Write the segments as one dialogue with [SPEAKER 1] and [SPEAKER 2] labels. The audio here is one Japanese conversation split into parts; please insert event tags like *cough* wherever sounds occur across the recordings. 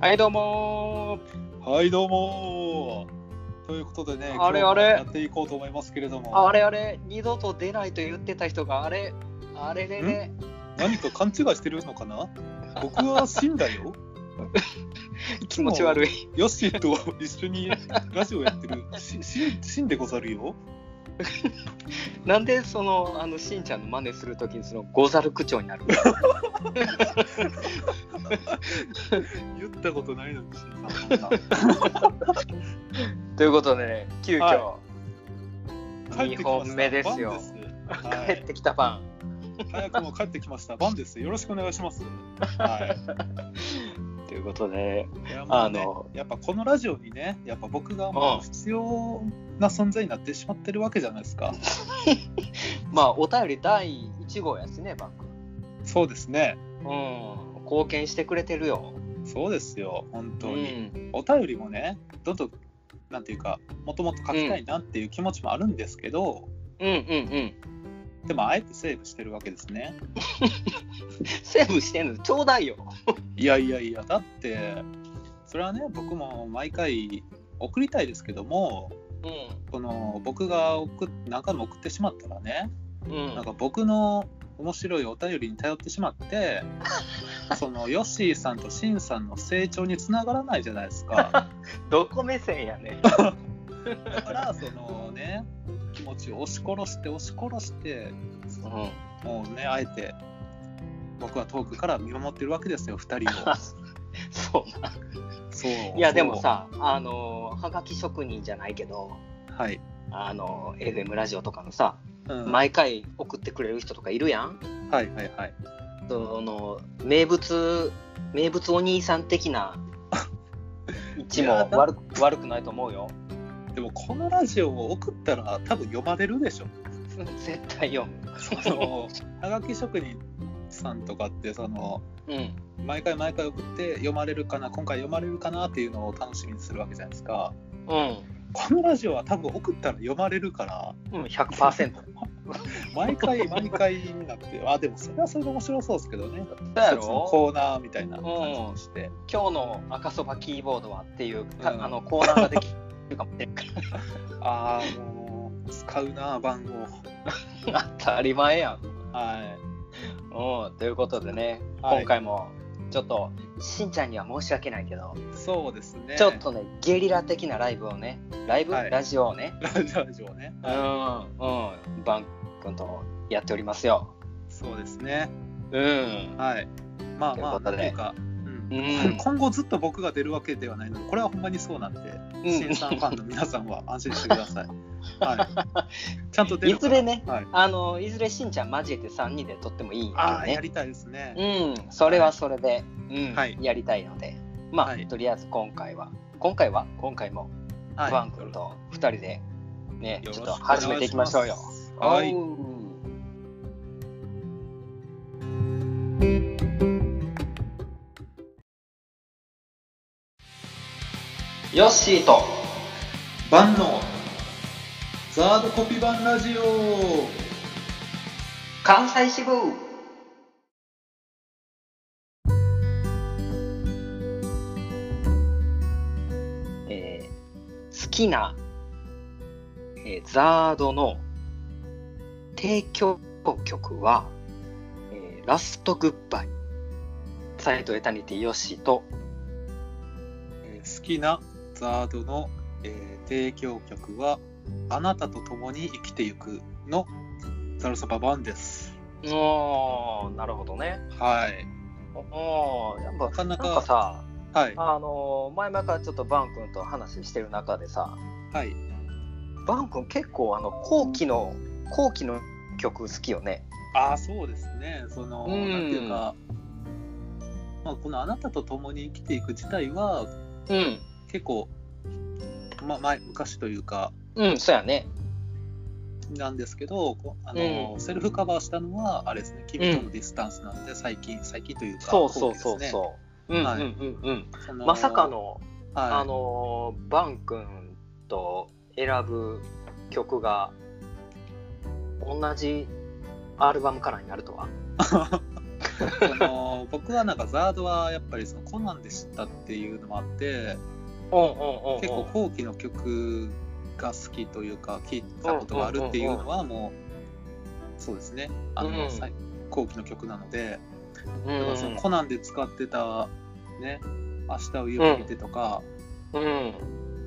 [SPEAKER 1] はい、どうも
[SPEAKER 2] はい、どうもーということでね、
[SPEAKER 1] あれ
[SPEAKER 2] 今日も
[SPEAKER 1] あれ
[SPEAKER 2] やっていこうと思いますけれど
[SPEAKER 1] ー。あ
[SPEAKER 2] も、
[SPEAKER 1] れあれ、二度と出ないと言ってた人があれ、あれれれ、
[SPEAKER 2] 何か勘違いしてるのかな僕は死んだよ。
[SPEAKER 1] *laughs* 気持ち悪い。
[SPEAKER 2] ヨッシーと一緒にラジオやってる、しし死んでござるよ。
[SPEAKER 1] なんでその、あの、しんちゃんの真似するときに、その、ござる口調になる
[SPEAKER 2] 言ったことないのに死んだ。
[SPEAKER 1] *laughs* ということで、ね、急遽、
[SPEAKER 2] は
[SPEAKER 1] 二本目ですよ
[SPEAKER 2] バンすは
[SPEAKER 1] 帰
[SPEAKER 2] い
[SPEAKER 1] ってきたパ
[SPEAKER 2] 早くも帰ってきました。バンです。よろしくお願いします。はい。
[SPEAKER 1] ン。ということで、
[SPEAKER 2] いやまあ
[SPEAKER 1] あ
[SPEAKER 2] ね
[SPEAKER 1] の、
[SPEAKER 2] やっぱこのラジオにね、やっぱ僕がもう必要な存在になってしまってるわけじゃないですか。
[SPEAKER 1] まあ、お便り第1号やしね、バン君。
[SPEAKER 2] そうですね。
[SPEAKER 1] うん、貢献してくれてるよ。
[SPEAKER 2] そうですよ、本当に。
[SPEAKER 1] うん
[SPEAKER 2] お便りもね、どんどん、なんていうか、もともと書きたいなっていう気持ちもあるんですけど、
[SPEAKER 1] うんうんうん。
[SPEAKER 2] でも、あえてセーブしてるわけですね。
[SPEAKER 1] セーブしてんの、ちょうだいよ。
[SPEAKER 2] いやいやいや、だって、それはね、僕も毎回送りたいですけども、
[SPEAKER 1] う
[SPEAKER 2] この僕が送っ何回も送ってしまったらね、
[SPEAKER 1] ん。うん。
[SPEAKER 2] なんか僕の面白いお便りに頼ってしまって、そのヨッシーさんとシンさんの成長につながらないじゃないですか。
[SPEAKER 1] どこ目線やね。
[SPEAKER 2] だからそのね気持ちを押し殺して押し殺して
[SPEAKER 1] うん。
[SPEAKER 2] もうねあえて僕は遠くから見守ってるわけですよ2人を
[SPEAKER 1] *laughs* *laughs* そう
[SPEAKER 2] そう
[SPEAKER 1] い
[SPEAKER 2] い
[SPEAKER 1] やでもさあのはがき職人じゃないけど
[SPEAKER 2] はい、
[SPEAKER 1] あの FM ラジオとかのさ
[SPEAKER 2] うんはい
[SPEAKER 1] 毎回送ってくれる人とかいるやん
[SPEAKER 2] はいはい
[SPEAKER 1] その名物名物お兄さん的な位置
[SPEAKER 2] いや
[SPEAKER 1] も
[SPEAKER 2] だ
[SPEAKER 1] 悪く悪くないと思うよ *laughs*
[SPEAKER 2] でもこのラジオを送ったら多分読まれるでしょ
[SPEAKER 1] 絶対よ
[SPEAKER 2] そ
[SPEAKER 1] *laughs*
[SPEAKER 2] のはがき職人さんとかってその
[SPEAKER 1] うん
[SPEAKER 2] 毎回毎回送って読まれるかな今回読まれるかなっていうのを楽しみにするわけじゃないですか
[SPEAKER 1] うん
[SPEAKER 2] このラジオは多分送ったら読まれるから
[SPEAKER 1] うん、100%
[SPEAKER 2] *laughs* 毎回毎回になって、あ、でもそれはそれで面白そうですけどね。
[SPEAKER 1] だや
[SPEAKER 2] 一つの
[SPEAKER 1] ろ
[SPEAKER 2] コーナーみたいな感じにして。
[SPEAKER 1] 今日の赤そばキーボードはっていうか、
[SPEAKER 2] うん
[SPEAKER 1] あのコーナーができるかもしれんか
[SPEAKER 2] ああ、もう、使うな、番号。
[SPEAKER 1] ら *laughs* 当たり前やん
[SPEAKER 2] はい。
[SPEAKER 1] うん、ということでね、
[SPEAKER 2] はい
[SPEAKER 1] 今回もちょっとしんちゃんには申し訳ないけど、
[SPEAKER 2] そうですね。
[SPEAKER 1] ちょっ。とねゲリラ的なライブをねライブ、
[SPEAKER 2] はい
[SPEAKER 1] ラジオをね
[SPEAKER 2] ラジオラジオね。
[SPEAKER 1] うんうんバン君とやっておりますよ
[SPEAKER 2] *laughs* そうですね。
[SPEAKER 1] うん
[SPEAKER 2] はい。まあま
[SPEAKER 1] とうこ
[SPEAKER 2] あ、ないん
[SPEAKER 1] とで
[SPEAKER 2] ていうか、う
[SPEAKER 1] う
[SPEAKER 2] ん
[SPEAKER 1] ん
[SPEAKER 2] 今後ずっと僕が出るわけではないので、これはほんまにそうなんで、
[SPEAKER 1] うん
[SPEAKER 2] 新さんファンの皆さんは *laughs* 安心してください。
[SPEAKER 1] *laughs*
[SPEAKER 2] はい。ちゃんと出
[SPEAKER 1] い
[SPEAKER 2] るか
[SPEAKER 1] ず
[SPEAKER 2] ら。
[SPEAKER 1] れね
[SPEAKER 2] はい。
[SPEAKER 1] あのいずれしんちゃん交えて3人で撮ってもいいん
[SPEAKER 2] あ
[SPEAKER 1] だ
[SPEAKER 2] あ、
[SPEAKER 1] よ
[SPEAKER 2] や
[SPEAKER 1] ね
[SPEAKER 2] りたいですね。
[SPEAKER 1] うんそれはそれで、うん
[SPEAKER 2] はい
[SPEAKER 1] やりたいのでまあ、
[SPEAKER 2] はい
[SPEAKER 1] とりあえず今回は今回は今回も
[SPEAKER 2] はい。
[SPEAKER 1] バン君と2人でね
[SPEAKER 2] よろ
[SPEAKER 1] ち
[SPEAKER 2] し
[SPEAKER 1] ょっ
[SPEAKER 2] く
[SPEAKER 1] と始めていきましょうよ
[SPEAKER 2] お願いしますはい。
[SPEAKER 1] おうヨッシーと
[SPEAKER 2] 万のザードコピ版ラジオ
[SPEAKER 1] 関西支部えー好きな、えーザードの提供曲は、えーラストグッバイサイトエタニティヨッシーと
[SPEAKER 2] えー好きなザードの、えー提供曲は「あなたと共に生きてゆく」のザルサバ版です
[SPEAKER 1] おーなるほどね
[SPEAKER 2] はい
[SPEAKER 1] おーやっぱ
[SPEAKER 2] なかなか
[SPEAKER 1] なんかさ
[SPEAKER 2] はい
[SPEAKER 1] あのー前々からちょっとバン君と話してる中でさ
[SPEAKER 2] はい
[SPEAKER 1] バン君結構あの後期の後期の曲好きよね
[SPEAKER 2] ああそうですねその
[SPEAKER 1] う
[SPEAKER 2] なん
[SPEAKER 1] ん
[SPEAKER 2] ていうか、まあ、この「あなたと共に生きていく」自体は
[SPEAKER 1] うん
[SPEAKER 2] 結構、ま、前昔というか
[SPEAKER 1] うんそうやね
[SPEAKER 2] なんですけど、こうあのセルフカバーしたのは、あれですね、君とのディスタンスなんで、最近、最近というか、
[SPEAKER 1] そうそうそう
[SPEAKER 2] 後
[SPEAKER 1] そう、うん
[SPEAKER 2] はい
[SPEAKER 1] うんうんうん
[SPEAKER 2] 期ですねそ
[SPEAKER 1] まさか、の、
[SPEAKER 2] はい
[SPEAKER 1] あのーバン君と選ぶ曲が同じアルバムからになるとは
[SPEAKER 2] その僕 *laughs* 僕はなんかザードはやっぱりそのコナンで知ったっていうのもあって
[SPEAKER 1] うんうんうん。
[SPEAKER 2] 結構後期の曲が好きというか聴いたことがあるっていうのはもうそうですねあ
[SPEAKER 1] う
[SPEAKER 2] の
[SPEAKER 1] ん
[SPEAKER 2] 最後期の曲なので
[SPEAKER 1] う
[SPEAKER 2] だ
[SPEAKER 1] ん
[SPEAKER 2] からそのコナンで使ってたね「明日を夢見て」とか
[SPEAKER 1] うん。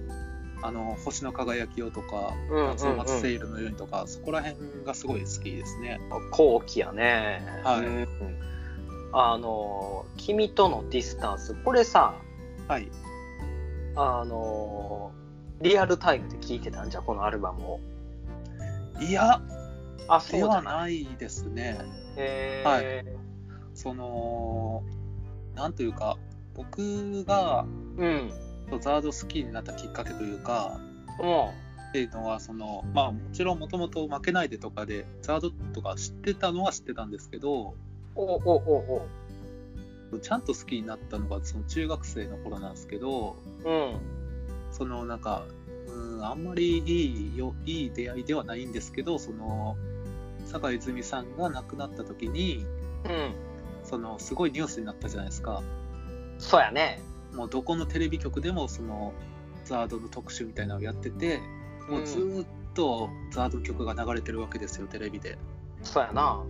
[SPEAKER 2] 「あの星の輝きを」とか「
[SPEAKER 1] うん
[SPEAKER 2] 夏の末セイルのように」とかそこら辺がすごい好きですね。
[SPEAKER 1] 後期やね。
[SPEAKER 2] はい
[SPEAKER 1] うんあの、君とのディスタンス、これさ、
[SPEAKER 2] はい
[SPEAKER 1] あの、リアルタイムで聴いてたんじゃ、このアルバムを。
[SPEAKER 2] いや
[SPEAKER 1] あ、そう
[SPEAKER 2] で
[SPEAKER 1] じゃ
[SPEAKER 2] は
[SPEAKER 1] ない。
[SPEAKER 2] ないですね。
[SPEAKER 1] へ
[SPEAKER 2] はい
[SPEAKER 1] ー
[SPEAKER 2] そのなんというか僕が
[SPEAKER 1] うん。
[SPEAKER 2] ザード好きになったきっかけというか
[SPEAKER 1] も
[SPEAKER 2] っていうのはそのまあもちろんもともと「負けないで」とかでザードとか知ってたのは知ってたんですけど
[SPEAKER 1] うん、おおお
[SPEAKER 2] ちゃんと好きになったのがその中学生の頃なんですけど
[SPEAKER 1] おお。うん。
[SPEAKER 2] そのなんかうんあんまりいいよいい出会いではないんですけどその坂井泉水さんが亡くなった時に
[SPEAKER 1] うん。
[SPEAKER 2] そのすごいニュースになったじゃないですか。
[SPEAKER 1] そうやね。
[SPEAKER 2] もうどこのテレビ局でもそのザードの特集みたいなのをやっててもうずーっとザードの曲が流れてるわけですよテレビで
[SPEAKER 1] そうやな。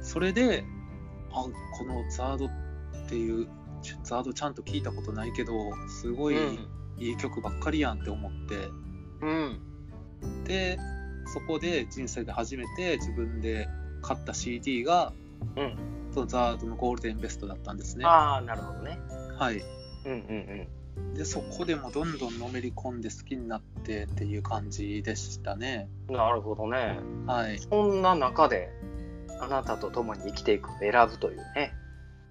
[SPEAKER 2] それであこのザードっていうちザードちゃんと聞いたことないけどすごい
[SPEAKER 1] うん。
[SPEAKER 2] いい曲ばっかりやんって思って
[SPEAKER 1] うん。
[SPEAKER 2] でそこで人生で初めて自分で買った CD が
[SPEAKER 1] うん
[SPEAKER 2] そのザードのゴールデンベストだったんですねは
[SPEAKER 1] ああ、なるほどね。
[SPEAKER 2] い
[SPEAKER 1] うんうん
[SPEAKER 2] でそこでもどんどんのめり込んで好きになってっていう感じでしたね
[SPEAKER 1] うん。なるほどね。
[SPEAKER 2] はい
[SPEAKER 1] そんな中で、あなたと共に生きていくを選ぶというね。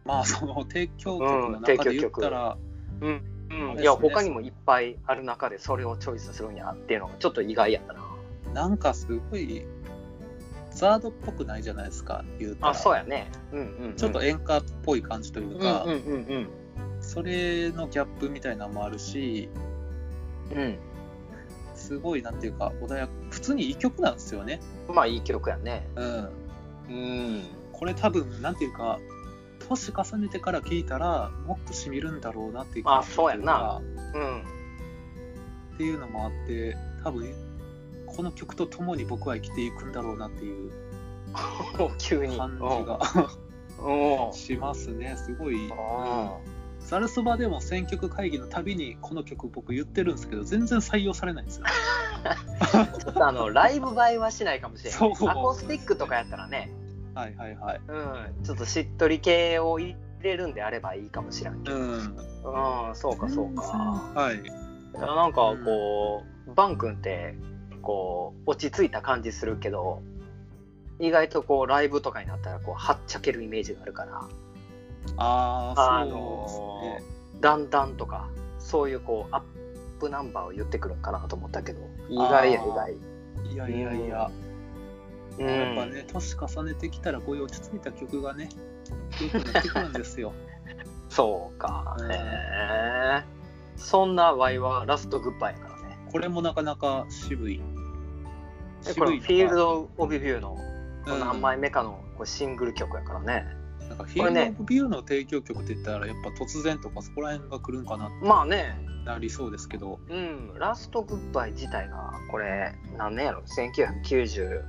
[SPEAKER 2] まあその提供曲の中で言ったら、
[SPEAKER 1] う
[SPEAKER 2] そうです
[SPEAKER 1] ん、
[SPEAKER 2] ね
[SPEAKER 1] いや、他にもいっぱいある中で、それをチョイスするにはっていうのがちょっと意外やったな。
[SPEAKER 2] なんかすごいザードっぽくないじゃないですか言うたら
[SPEAKER 1] あ、そうやね。うんうん、うん。
[SPEAKER 2] ちょっと演歌っぽい感じという
[SPEAKER 1] うん
[SPEAKER 2] か、
[SPEAKER 1] うんうん
[SPEAKER 2] それのギャップみたいなのもあるし
[SPEAKER 1] うん。
[SPEAKER 2] すごいなんていうか穏やか普通にいい曲なんですよね
[SPEAKER 1] うん。まあ、いい曲やね。
[SPEAKER 2] うん
[SPEAKER 1] うん。
[SPEAKER 2] これ多分なんていうか年重ねてから聴いたらもっとしみるんだろうなっていう
[SPEAKER 1] あそうやなうん。
[SPEAKER 2] っていうのもあって多分この曲とともに僕は生きていくんだろうなっていう
[SPEAKER 1] 急に。
[SPEAKER 2] 感じが
[SPEAKER 1] うん。うん。
[SPEAKER 2] *laughs* しますねすごい
[SPEAKER 1] あ
[SPEAKER 2] ザルそばでも選曲会議のたびにこの曲僕言ってるんですけど全然採用されない
[SPEAKER 1] *laughs*
[SPEAKER 2] んですよ
[SPEAKER 1] あ。ちょっとあの、ライブ映えはしないかもしれない。
[SPEAKER 2] そう
[SPEAKER 1] アコースティックとかやったらね、
[SPEAKER 2] はいはいはい
[SPEAKER 1] うん、ちょっとしっとり系を入れるんであればいいかもしれんけど。
[SPEAKER 2] うん
[SPEAKER 1] うん、そうかそうか。
[SPEAKER 2] はい
[SPEAKER 1] なんかこう、バン君ってこう落ち着いた感じするけど意外とこうライブとかになったらこうはっちゃけるイメージがあるから
[SPEAKER 2] あ
[SPEAKER 1] あ
[SPEAKER 2] あそう
[SPEAKER 1] の
[SPEAKER 2] ですね
[SPEAKER 1] 「だんだん」とかそういうこうアップナンバーを言ってくるんかなと思ったけど意
[SPEAKER 2] あー
[SPEAKER 1] 外や意外。
[SPEAKER 2] いやいやいや、
[SPEAKER 1] うん
[SPEAKER 2] やっぱね年重ねてきたらこういう落ち着いた曲がねよくなってくるんで
[SPEAKER 1] *laughs*
[SPEAKER 2] すよ
[SPEAKER 1] そうか、
[SPEAKER 2] うん
[SPEAKER 1] へえそんなワイはラストグッバイやからね
[SPEAKER 2] これもなかなか渋い
[SPEAKER 1] でこれフィールド・オブ・ビューの
[SPEAKER 2] うん
[SPEAKER 1] 何枚目かのこうシングル曲やからね、
[SPEAKER 2] なんかヒー
[SPEAKER 1] これ
[SPEAKER 2] ル
[SPEAKER 1] ね
[SPEAKER 2] オブビューの提供曲って言ったらやっぱ突然とかそこら辺が来るんかなって
[SPEAKER 1] まあね
[SPEAKER 2] なりそうですけど、
[SPEAKER 1] うん、ラストグッバイ自体がこれ何年やろ1990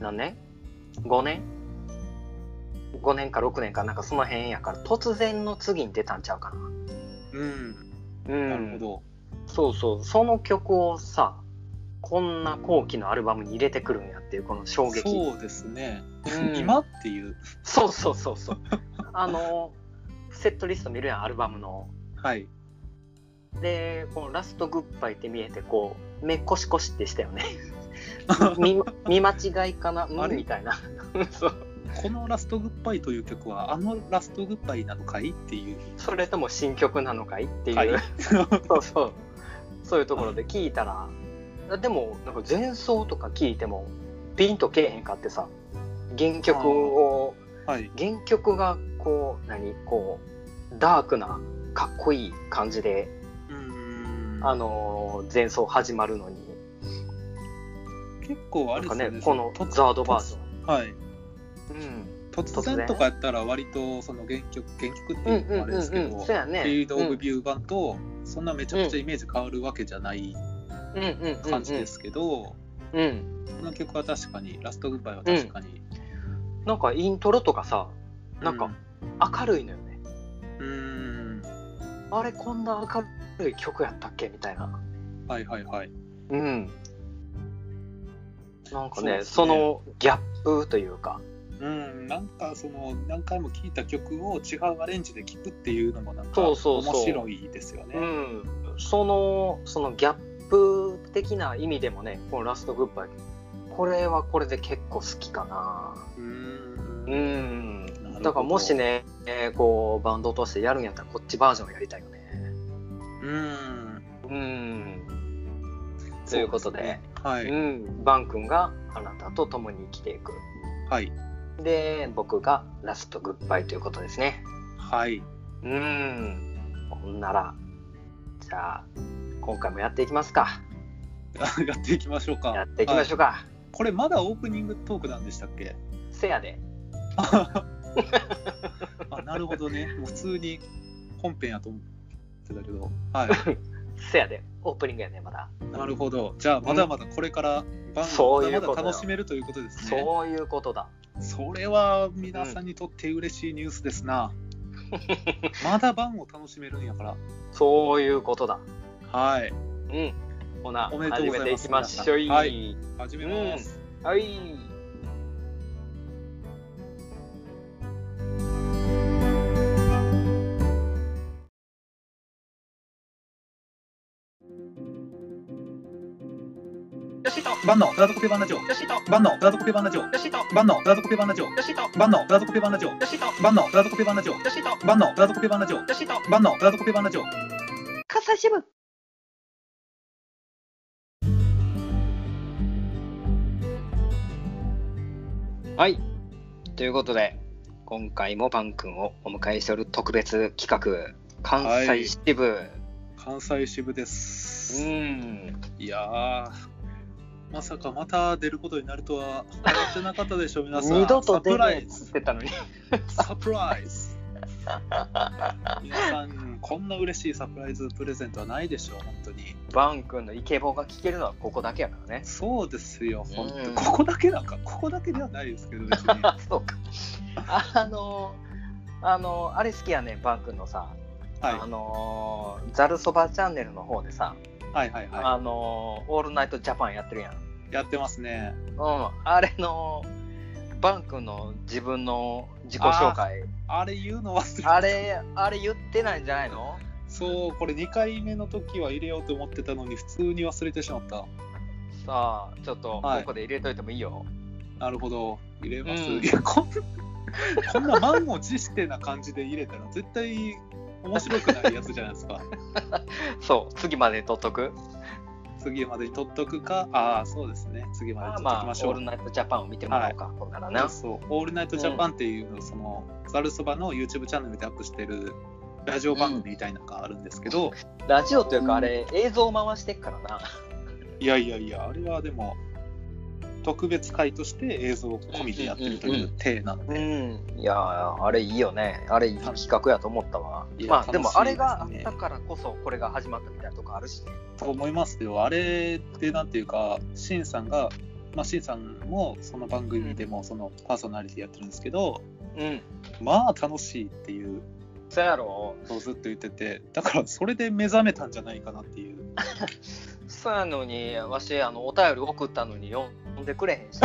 [SPEAKER 1] 何年 ?5 年 ?5 年か6年かなんかその辺やから突然の次に出たんちゃうかな。
[SPEAKER 2] うん、
[SPEAKER 1] うん、
[SPEAKER 2] なるほど。
[SPEAKER 1] そうそうその曲をさこんな後期のアルバムに入れてくるんやっていうこの衝撃
[SPEAKER 2] そうですね。
[SPEAKER 1] うん
[SPEAKER 2] 今っていう、
[SPEAKER 1] そうそうそうそうあのセットリスト見るやんアルバムの
[SPEAKER 2] はい、
[SPEAKER 1] でこのラストグッバイって見えてこう目コシコシってした
[SPEAKER 2] *laughs*
[SPEAKER 1] よね見見間違いかな、うん
[SPEAKER 2] あれ
[SPEAKER 1] みたいな *laughs* そう
[SPEAKER 2] このラストグッバイという曲はあのラストグッバイなのかいっていう。
[SPEAKER 1] それとも新曲なのかいっていう、
[SPEAKER 2] はい
[SPEAKER 1] *laughs* そうそうそういうところで聞いたらでもなんか前奏とか聞いてもピンとけえへんかってさ原曲を
[SPEAKER 2] はい。
[SPEAKER 1] 原曲がこう何こうダークなかっこいい感じで
[SPEAKER 2] うーん。
[SPEAKER 1] あのー前奏始まるのに
[SPEAKER 2] 結構
[SPEAKER 1] な
[SPEAKER 2] あれ
[SPEAKER 1] ん
[SPEAKER 2] で
[SPEAKER 1] か
[SPEAKER 2] すよ
[SPEAKER 1] ね
[SPEAKER 2] ね。
[SPEAKER 1] この
[SPEAKER 2] そ突
[SPEAKER 1] ザードバージョン
[SPEAKER 2] はい。
[SPEAKER 1] うん、
[SPEAKER 2] 突然とかやったら割とその原曲原曲って
[SPEAKER 1] う
[SPEAKER 2] い
[SPEAKER 1] ん
[SPEAKER 2] うのもあれですけ
[SPEAKER 1] うんうんう
[SPEAKER 2] ど
[SPEAKER 1] ん、そうやね
[SPEAKER 2] フィールド・オブ・ビュー版とそんなめちゃくちゃイメージ変わるわけじゃない
[SPEAKER 1] うんうんうんうん
[SPEAKER 2] 感じですけど、
[SPEAKER 1] うん
[SPEAKER 2] この曲は確かに「ラスト・グッバイ」は確かに、
[SPEAKER 1] なんかイントロとかさなんか明るいのよね、
[SPEAKER 2] うんうん
[SPEAKER 1] あれこんな明るい曲やったっけみたいな
[SPEAKER 2] はいはいはい
[SPEAKER 1] うんなんか
[SPEAKER 2] そう
[SPEAKER 1] ね
[SPEAKER 2] ですね
[SPEAKER 1] そのギャップというか
[SPEAKER 2] うんなんかその何回も聴いた曲を違うアレンジで聴くっていうのもなんか
[SPEAKER 1] そ
[SPEAKER 2] 面
[SPEAKER 1] うそうそう
[SPEAKER 2] 白いですよね
[SPEAKER 1] うん、そのそのギャップ的な意味でもねこの「ラストグッバイ」これはこれで結構好きかな
[SPEAKER 2] うん
[SPEAKER 1] うん
[SPEAKER 2] なるほど
[SPEAKER 1] だからもしね、えーこうバンドとしてやるんやったらこっちバージョンやりたいよね
[SPEAKER 2] うん
[SPEAKER 1] うんということで
[SPEAKER 2] そうすねは
[SPEAKER 1] う
[SPEAKER 2] い
[SPEAKER 1] んバン君があなたと共に生きていく
[SPEAKER 2] はい
[SPEAKER 1] で僕がラストグッバイということですね
[SPEAKER 2] はい *laughs*
[SPEAKER 1] うんほんならじゃあ今回もやっていきますか
[SPEAKER 2] やっていきましょうか
[SPEAKER 1] やっていきましょうか、
[SPEAKER 2] はいこれまだオープニングトークなんでしたっけ
[SPEAKER 1] せやで
[SPEAKER 2] あなるほ
[SPEAKER 3] *laughs*
[SPEAKER 2] どねもう普通に本編やと思ってたけどはい
[SPEAKER 3] *laughs*
[SPEAKER 1] せやで、オープニングやね、まだ。
[SPEAKER 2] なるほど。じゃあ、まだまだこれから番
[SPEAKER 1] そう
[SPEAKER 2] 組
[SPEAKER 1] い
[SPEAKER 2] ま
[SPEAKER 1] う
[SPEAKER 2] だ
[SPEAKER 1] こと
[SPEAKER 2] ま
[SPEAKER 1] よ
[SPEAKER 2] だ楽しめるということですね。
[SPEAKER 1] そういうことだ。
[SPEAKER 2] それは皆さんにとって嬉しいニュースです
[SPEAKER 3] *laughs*
[SPEAKER 2] な。まだ番を楽しめるんやから。
[SPEAKER 1] そういうことだ。
[SPEAKER 2] はい。
[SPEAKER 1] うん。ほな、
[SPEAKER 2] おめでとう
[SPEAKER 1] 始
[SPEAKER 2] ござ
[SPEAKER 1] め
[SPEAKER 2] います
[SPEAKER 1] ていきましょい。
[SPEAKER 2] 皆さんはい始めます。
[SPEAKER 1] はい。
[SPEAKER 3] よしと、
[SPEAKER 2] 番のザードコペバンラジオ。
[SPEAKER 3] よしと、
[SPEAKER 2] 番のザードコペバンラジオ。
[SPEAKER 3] よしと、
[SPEAKER 2] 番のザードコペバンラジオ。
[SPEAKER 3] よしと、
[SPEAKER 2] 番のザードコペバンラジオ。
[SPEAKER 3] よしと、
[SPEAKER 2] 番のザードコペバンラジオ。
[SPEAKER 3] よしと、
[SPEAKER 2] 番のザードコペバンラジオ。
[SPEAKER 3] よしと、
[SPEAKER 2] 番のザードコペバンラジオ。
[SPEAKER 3] 関西支部。
[SPEAKER 1] はい。ということで、今回もパン君をお迎えしておる特別企画、関西支部。
[SPEAKER 2] 関西支部で
[SPEAKER 1] う
[SPEAKER 2] す。
[SPEAKER 1] ん。
[SPEAKER 2] いやー。まさかまた出ることになるとは思ってなかったでしょ、皆さん。
[SPEAKER 1] 二度
[SPEAKER 2] サ
[SPEAKER 1] と
[SPEAKER 2] プ
[SPEAKER 1] 出
[SPEAKER 2] ラ
[SPEAKER 1] な
[SPEAKER 2] イ
[SPEAKER 1] いっ
[SPEAKER 2] ズ
[SPEAKER 1] つ。ってたのに。 *laughs*
[SPEAKER 2] サプライズ皆さん、こんな嬉しいサプライズプレゼントはないでしょう、本当に。
[SPEAKER 1] バン君のイケボが聞けるのはここだけやから
[SPEAKER 2] *laughs*
[SPEAKER 1] ね。
[SPEAKER 2] そうですよ、本当、
[SPEAKER 1] うん
[SPEAKER 2] ここだけなんか、ここだけではないですけど、別に。
[SPEAKER 1] あそうか。あのあのあれ好きやね、バン君のさ、あ
[SPEAKER 2] は
[SPEAKER 1] のーザルそばチャンネルの方でさ、
[SPEAKER 2] い、はい、はい、は
[SPEAKER 1] あのーオールナイトジャパンやってるやん。うん、
[SPEAKER 2] い。やってますね。
[SPEAKER 1] あれの、バン君の自分の自己紹介、
[SPEAKER 2] あれ言うの忘れ
[SPEAKER 1] あれ、あれ言ってないんじゃないの
[SPEAKER 2] そう、これ2回目の時は入れようと思ってたのに、普通に忘れてしまった。
[SPEAKER 1] さあ、ちょっと、
[SPEAKER 2] はい
[SPEAKER 1] ここで入れといてもいいよ。
[SPEAKER 2] なるほど、入れます。
[SPEAKER 1] うん
[SPEAKER 2] いやこん *laughs* こんな満を持してな感じで入れたら、絶対面白くないやつじゃないですか。 *laughs*
[SPEAKER 1] そう、次まで取っとく。
[SPEAKER 2] 次までに取っとくか、ああ、そうですね、次まで
[SPEAKER 1] まあ
[SPEAKER 2] に取っと
[SPEAKER 1] ま
[SPEAKER 2] き
[SPEAKER 1] あ、オ
[SPEAKER 2] ましょ
[SPEAKER 1] ー
[SPEAKER 2] う。
[SPEAKER 1] ルナイトジャパンを見てもらおうか、これからな。
[SPEAKER 2] そうオールナイトジャパンっていう、そのざるそばの YouTube チャンネルでアップしてるラジオ番組みたいなのがあるんですけど、
[SPEAKER 1] ラジオというか、あれ、映像回してっからな。
[SPEAKER 2] いやいやいや、あれはでも、特別会として映像込みでやってるという体なの
[SPEAKER 1] う
[SPEAKER 2] で、
[SPEAKER 1] ん、いやーあれいいよねあれいい企画やと思ったわ
[SPEAKER 2] いや
[SPEAKER 1] まあで
[SPEAKER 2] 楽しいです
[SPEAKER 1] も
[SPEAKER 2] ね
[SPEAKER 1] あれがあったからこそこれが始まったみたいなとこあるしね
[SPEAKER 2] と思いますよ。あれでなんていうか、シンさんが、まあ、シンさんもその番組でもそのパーソナリティやってるんですけど、
[SPEAKER 1] うん
[SPEAKER 2] まあ楽しいっていう
[SPEAKER 1] そやろ
[SPEAKER 2] のをずっと言ってて、だからそれで目覚めたんじゃないかなっていう。
[SPEAKER 1] そやのにわしあのお便り送ったのに読んでくれへ
[SPEAKER 2] *laughs*
[SPEAKER 1] んし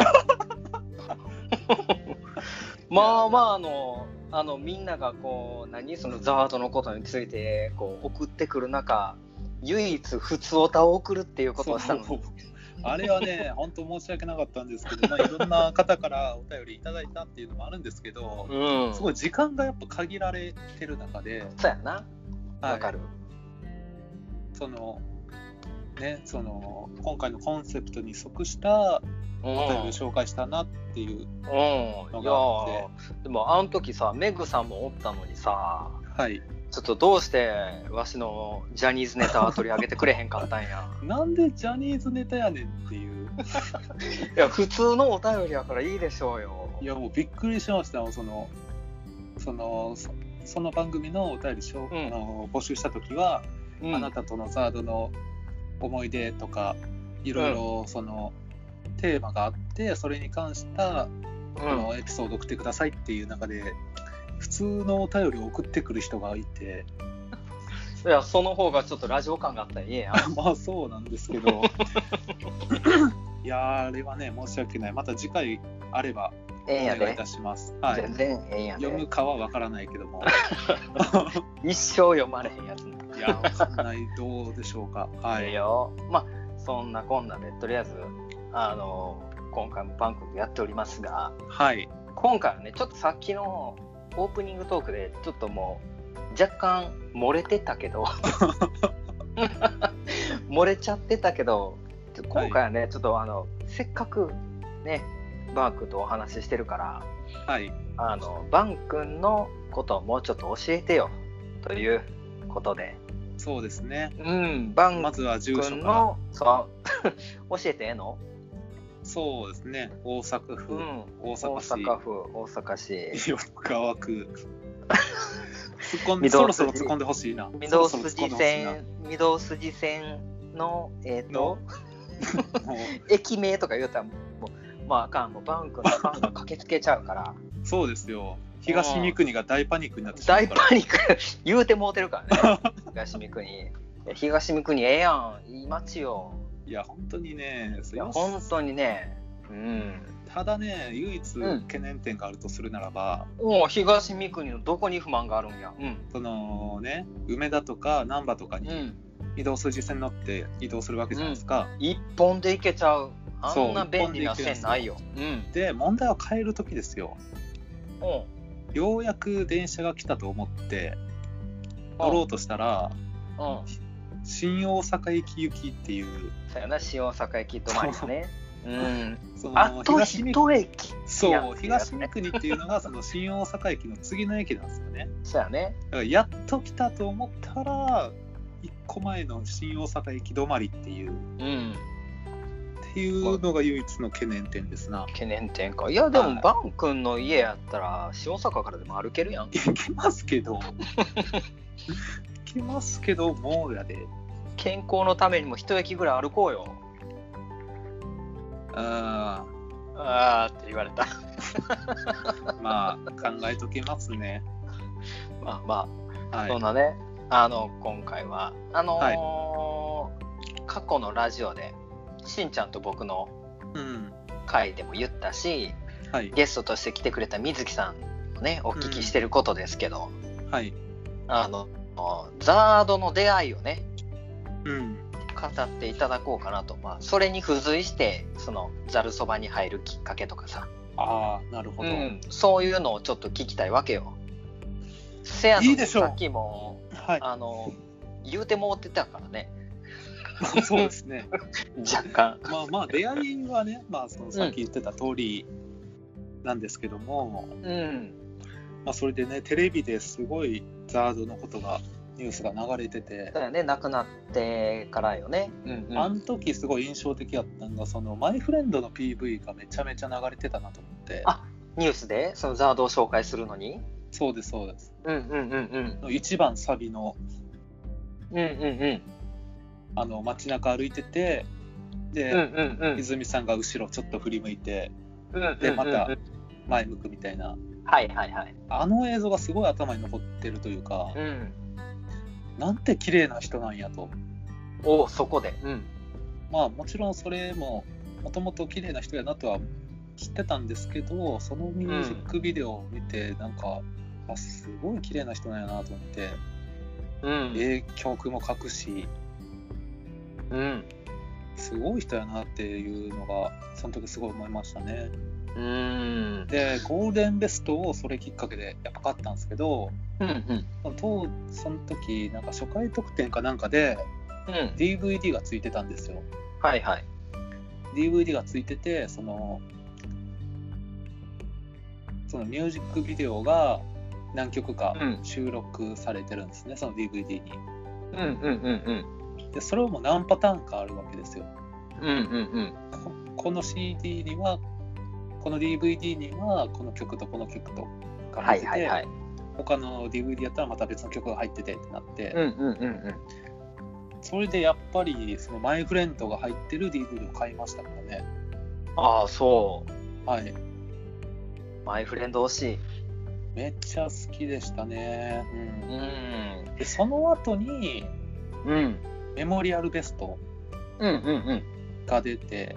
[SPEAKER 1] まあまああのあのみんながこう何そのザワードのことについてこう送ってくる中唯一普通おたを送るっていうことをしたの
[SPEAKER 2] そうあれはね、本当申し訳なかったんですけど、まあ、いろんな方からお便りいただいたっていうのもあるんですけど、
[SPEAKER 1] うん
[SPEAKER 2] すごい時間がやっぱ限られてる中で、
[SPEAKER 1] そうやな
[SPEAKER 2] はい
[SPEAKER 1] わかる、
[SPEAKER 2] そのね、その今回のコンセプトに即した
[SPEAKER 1] うん
[SPEAKER 2] お便りを紹介したなっていう、
[SPEAKER 1] うん、いやーでもあの時さメグさんもおったのにさ
[SPEAKER 2] はい、
[SPEAKER 1] ちょっとどうしてわしのジャニーズネタは取り上げてくれへんかったんや
[SPEAKER 2] なんでジャニーズネタやねんってい
[SPEAKER 1] い
[SPEAKER 2] う、
[SPEAKER 1] や普通のお便りやからいいでしょうよ
[SPEAKER 2] いやもうびっくりしましたよそのそのそその番組のお便りしょ、
[SPEAKER 1] うん
[SPEAKER 2] あの募集した時は、
[SPEAKER 1] うん
[SPEAKER 2] あなたとのザードの思い出とかいろいろその、テーマがあってそれに関した
[SPEAKER 1] う
[SPEAKER 2] あ
[SPEAKER 1] ん
[SPEAKER 2] のエピソード送ってくださいっていう中で普通のお便りを送ってくる人がいて *laughs*
[SPEAKER 1] いや、その方がちょっとラジオ感があったらいいやん。
[SPEAKER 2] まあそうなんです
[SPEAKER 1] *laughs*
[SPEAKER 2] けどいやーあれはね申し訳ないまた次回あれば
[SPEAKER 1] ええん
[SPEAKER 2] お
[SPEAKER 1] や
[SPEAKER 2] 願いい
[SPEAKER 1] で
[SPEAKER 2] た。します、はい
[SPEAKER 1] 全然ええんや
[SPEAKER 2] 読む
[SPEAKER 1] で。
[SPEAKER 2] かはわからないけど
[SPEAKER 1] *laughs*
[SPEAKER 2] も
[SPEAKER 1] 一生読まれへんやつね。
[SPEAKER 2] いやわかんないどうでしょうかは
[SPEAKER 1] ええ
[SPEAKER 2] い
[SPEAKER 1] よ。まあ、そんなこんなで、とりあえず、あの、今回もバンコクやっておりますが、
[SPEAKER 2] はい
[SPEAKER 1] 今回はね、ちょっとさっきのオープニングトークで、ちょっともう、若干漏れてたけど、漏れちゃってたけど、ちょ今回はね、ちょっとあの、せっかくね、バークとお話ししてるから、
[SPEAKER 2] はい
[SPEAKER 1] あのバン君のことをもうちょっと教えてよということで、
[SPEAKER 2] そうですね
[SPEAKER 1] うん、バン
[SPEAKER 2] まずは住所
[SPEAKER 1] 君
[SPEAKER 2] から
[SPEAKER 1] のそう *laughs* 教えてええの、
[SPEAKER 2] そうですね大阪
[SPEAKER 1] う
[SPEAKER 2] 府、
[SPEAKER 1] ん、
[SPEAKER 2] 大
[SPEAKER 1] 大
[SPEAKER 2] 阪市
[SPEAKER 1] 阪府大阪市
[SPEAKER 2] 四
[SPEAKER 1] *laughs*
[SPEAKER 2] 川区突っ込
[SPEAKER 1] 御堂筋
[SPEAKER 2] んでそろそろ突っ込んでほしいな
[SPEAKER 1] 御
[SPEAKER 2] そろ
[SPEAKER 1] 堂
[SPEAKER 2] そろ突っ
[SPEAKER 1] 筋
[SPEAKER 2] 込んでほしいな
[SPEAKER 1] 線御堂筋線のえっ、と
[SPEAKER 2] のも
[SPEAKER 1] 駅名とか言うたらもうまああかんもうバン君のファンが駆けつけちゃうから
[SPEAKER 2] *laughs* うそうですよ東三国が大パニックになってしまう
[SPEAKER 1] 大
[SPEAKER 2] から
[SPEAKER 1] パニック言うてもうてる
[SPEAKER 2] *laughs*
[SPEAKER 1] からね東三国いや東三国ええやんいい街よ
[SPEAKER 2] いや本当にね
[SPEAKER 1] いや本当にねうん
[SPEAKER 2] ただね唯一
[SPEAKER 1] うん
[SPEAKER 2] 懸念点があるとするならば、
[SPEAKER 1] おお東三国のどこに不満があるんやうん
[SPEAKER 2] そのね梅田とか難波とか
[SPEAKER 1] う
[SPEAKER 2] に
[SPEAKER 1] ん
[SPEAKER 2] 移動筋線乗って移動するわけじゃないですか、
[SPEAKER 1] 一本で行けちゃうあ
[SPEAKER 2] そうん
[SPEAKER 1] な便利な線ないようん
[SPEAKER 2] で問題を変える時ですよ
[SPEAKER 1] おう
[SPEAKER 2] ようやく電車が来たと思って乗ろうとしたら
[SPEAKER 1] うん
[SPEAKER 2] 新大阪駅行きっていう
[SPEAKER 1] そうやな新大阪駅止まりだ
[SPEAKER 2] *laughs*
[SPEAKER 1] ねうん
[SPEAKER 2] そ
[SPEAKER 1] あ
[SPEAKER 2] の
[SPEAKER 1] と
[SPEAKER 2] 東三
[SPEAKER 1] 一駅や
[SPEAKER 2] そう東三国っていうのがその新大阪駅の次の駅なんですよね
[SPEAKER 1] そうやね
[SPEAKER 2] だからやっと来たと思ったら1個前の新大阪駅止まりっていう
[SPEAKER 1] うん
[SPEAKER 2] っていうのが唯一の懸念点ですな。
[SPEAKER 1] 懸念点かいやで
[SPEAKER 2] は
[SPEAKER 1] も
[SPEAKER 2] い
[SPEAKER 1] バン君の家やったら新大阪からでも歩けるやん
[SPEAKER 2] 行けますけど行けますけどもうやで
[SPEAKER 1] 健康のためにも一駅ぐらい歩こうよ
[SPEAKER 2] あ
[SPEAKER 1] あーって言われた
[SPEAKER 2] ーまあ考えときますね。
[SPEAKER 1] *laughs* まあまあ
[SPEAKER 2] はい
[SPEAKER 1] そんなね、あの今回はあのー過去のラジオでしんちゃんと僕の
[SPEAKER 2] うん
[SPEAKER 1] 回でも言ったし
[SPEAKER 2] はい
[SPEAKER 1] ゲストとして来てくれた水木さんもねお聞きしてることですけど、
[SPEAKER 2] はい
[SPEAKER 1] あのザードの出会いをね
[SPEAKER 2] うん
[SPEAKER 1] 語っていただこうかなと、まあ、それに付随してそのざるそばに入るきっかけとかさ、
[SPEAKER 2] ああなるほ
[SPEAKER 1] う
[SPEAKER 2] ど、
[SPEAKER 1] ん、そういうのをちょっと聞きたいわけよ。せやの
[SPEAKER 2] い
[SPEAKER 1] に
[SPEAKER 2] いでしょう
[SPEAKER 1] さっきも
[SPEAKER 2] はい
[SPEAKER 1] あの言うてもうてたからね
[SPEAKER 2] *laughs* そうですね
[SPEAKER 1] 若干。
[SPEAKER 2] まあまあ出会いはねまあそのさっき言ってた通りなんですけども、
[SPEAKER 1] うん
[SPEAKER 2] まあそれでねテレビですごいザードのことがニュースが流れてて
[SPEAKER 1] だよね亡くなってからよね。うん
[SPEAKER 2] あの時すごい印象的やったのがそのマイフレンドの PV がめちゃめちゃ流れてたなと思って
[SPEAKER 1] あニュースでそのザードを紹介するのに。
[SPEAKER 2] そうですそうです
[SPEAKER 1] うんうんうん
[SPEAKER 2] の1番サビの
[SPEAKER 1] うん。うんうんうん。
[SPEAKER 2] あの街中歩いててで、
[SPEAKER 1] うんうんうん。
[SPEAKER 2] 泉さんが後ろちょっと振り向いて
[SPEAKER 1] うんうんうん
[SPEAKER 2] でまた前向くみたいな
[SPEAKER 1] はいはいはい。
[SPEAKER 2] あの映像がすごい頭に残ってるというか、
[SPEAKER 1] うん。
[SPEAKER 2] なんて綺麗な人なんやと
[SPEAKER 1] おそこで。うん。
[SPEAKER 2] まあもちろんそれももともと綺麗な人やなとは知ってたんですけどそのミュージックビデオを見てなんか、あすごい綺麗な人なんやなと思って、
[SPEAKER 1] うん。
[SPEAKER 2] えー曲も書くし
[SPEAKER 1] うん。
[SPEAKER 2] すごい人やなっていうのがその時すごい思いましたね
[SPEAKER 1] うん。
[SPEAKER 2] でゴールデンベストをそれきっかけでやっぱ買ったんですけど
[SPEAKER 1] うんうん。
[SPEAKER 2] 当その時なんか初回特典かなんかで
[SPEAKER 1] うん。
[SPEAKER 2] DVD がついてたんですよ
[SPEAKER 1] はいはい。
[SPEAKER 2] DVD がついててそのそのミュージックビデオが何曲か
[SPEAKER 1] うん
[SPEAKER 2] 収録されてるんですね、その DVD に
[SPEAKER 1] うんうんうんうん。
[SPEAKER 2] でそれをもう何パターンかあるわけですよ
[SPEAKER 1] うんうんうん。
[SPEAKER 2] ここの CD にはこの DVD にはこの曲とこの曲とが
[SPEAKER 1] は
[SPEAKER 2] 入っ
[SPEAKER 1] い
[SPEAKER 2] てて、
[SPEAKER 1] はいはい。
[SPEAKER 2] 他の DVD やったらまた別の曲が入っててってなって、
[SPEAKER 1] うんうんうんうん。
[SPEAKER 2] それでやっぱりそのマイフレンドが入ってる DVD を買いましたからね。
[SPEAKER 1] ああ、そう。
[SPEAKER 2] はい。
[SPEAKER 1] マイフレンド惜しい。
[SPEAKER 2] めっちゃ好きでしたね。
[SPEAKER 1] う。
[SPEAKER 2] うんん、でその後に
[SPEAKER 1] うん。
[SPEAKER 2] メモリアルベスト
[SPEAKER 1] うんうん
[SPEAKER 2] が出て、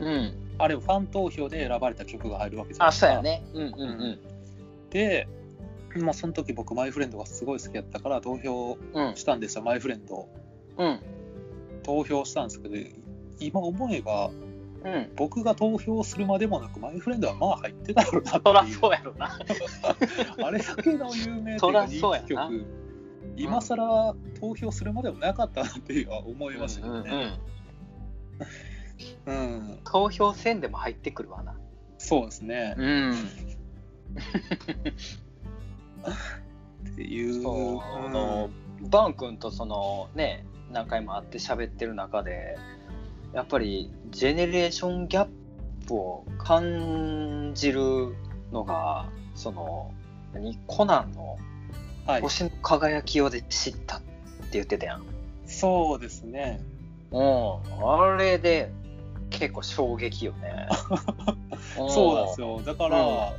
[SPEAKER 1] うん。うん。
[SPEAKER 2] あれファン投票で選ばれた曲が入るわけじゃない
[SPEAKER 1] あ、
[SPEAKER 2] ですか。
[SPEAKER 1] そうやね。うんうん
[SPEAKER 2] で、まあ、その時僕マイフレンドがすごい好きだったから投票
[SPEAKER 1] うん。うん。
[SPEAKER 2] したんですよ、マイフレンドを
[SPEAKER 1] うん。
[SPEAKER 2] 投票したんですけど、今思えば
[SPEAKER 1] うん。
[SPEAKER 2] 僕が投票するまでもなくマイフレンドはまあ入ってたろうなって
[SPEAKER 1] そら
[SPEAKER 2] いう
[SPEAKER 1] そうやろな。
[SPEAKER 2] あれだけの有名
[SPEAKER 1] そ
[SPEAKER 2] という
[SPEAKER 1] ら
[SPEAKER 2] か
[SPEAKER 1] そうや
[SPEAKER 2] 人
[SPEAKER 1] な
[SPEAKER 2] 気曲今更投票するまでもなかったなっていうのは思いましたけどね、うん
[SPEAKER 1] 投票せんでも入ってくるわな。
[SPEAKER 2] そうですね、
[SPEAKER 1] うん。
[SPEAKER 2] っていう
[SPEAKER 1] そうあのバン君とそのね何回も会って喋ってる中でやっぱりジェネレーションギャップを感じるのがその何コナンの
[SPEAKER 2] はい
[SPEAKER 1] 星の輝きをで知ったって言ってたやん。
[SPEAKER 2] そうですね
[SPEAKER 1] うん、あれで結構衝撃よね。
[SPEAKER 2] *laughs* そうなんです
[SPEAKER 1] よ。
[SPEAKER 2] よだから、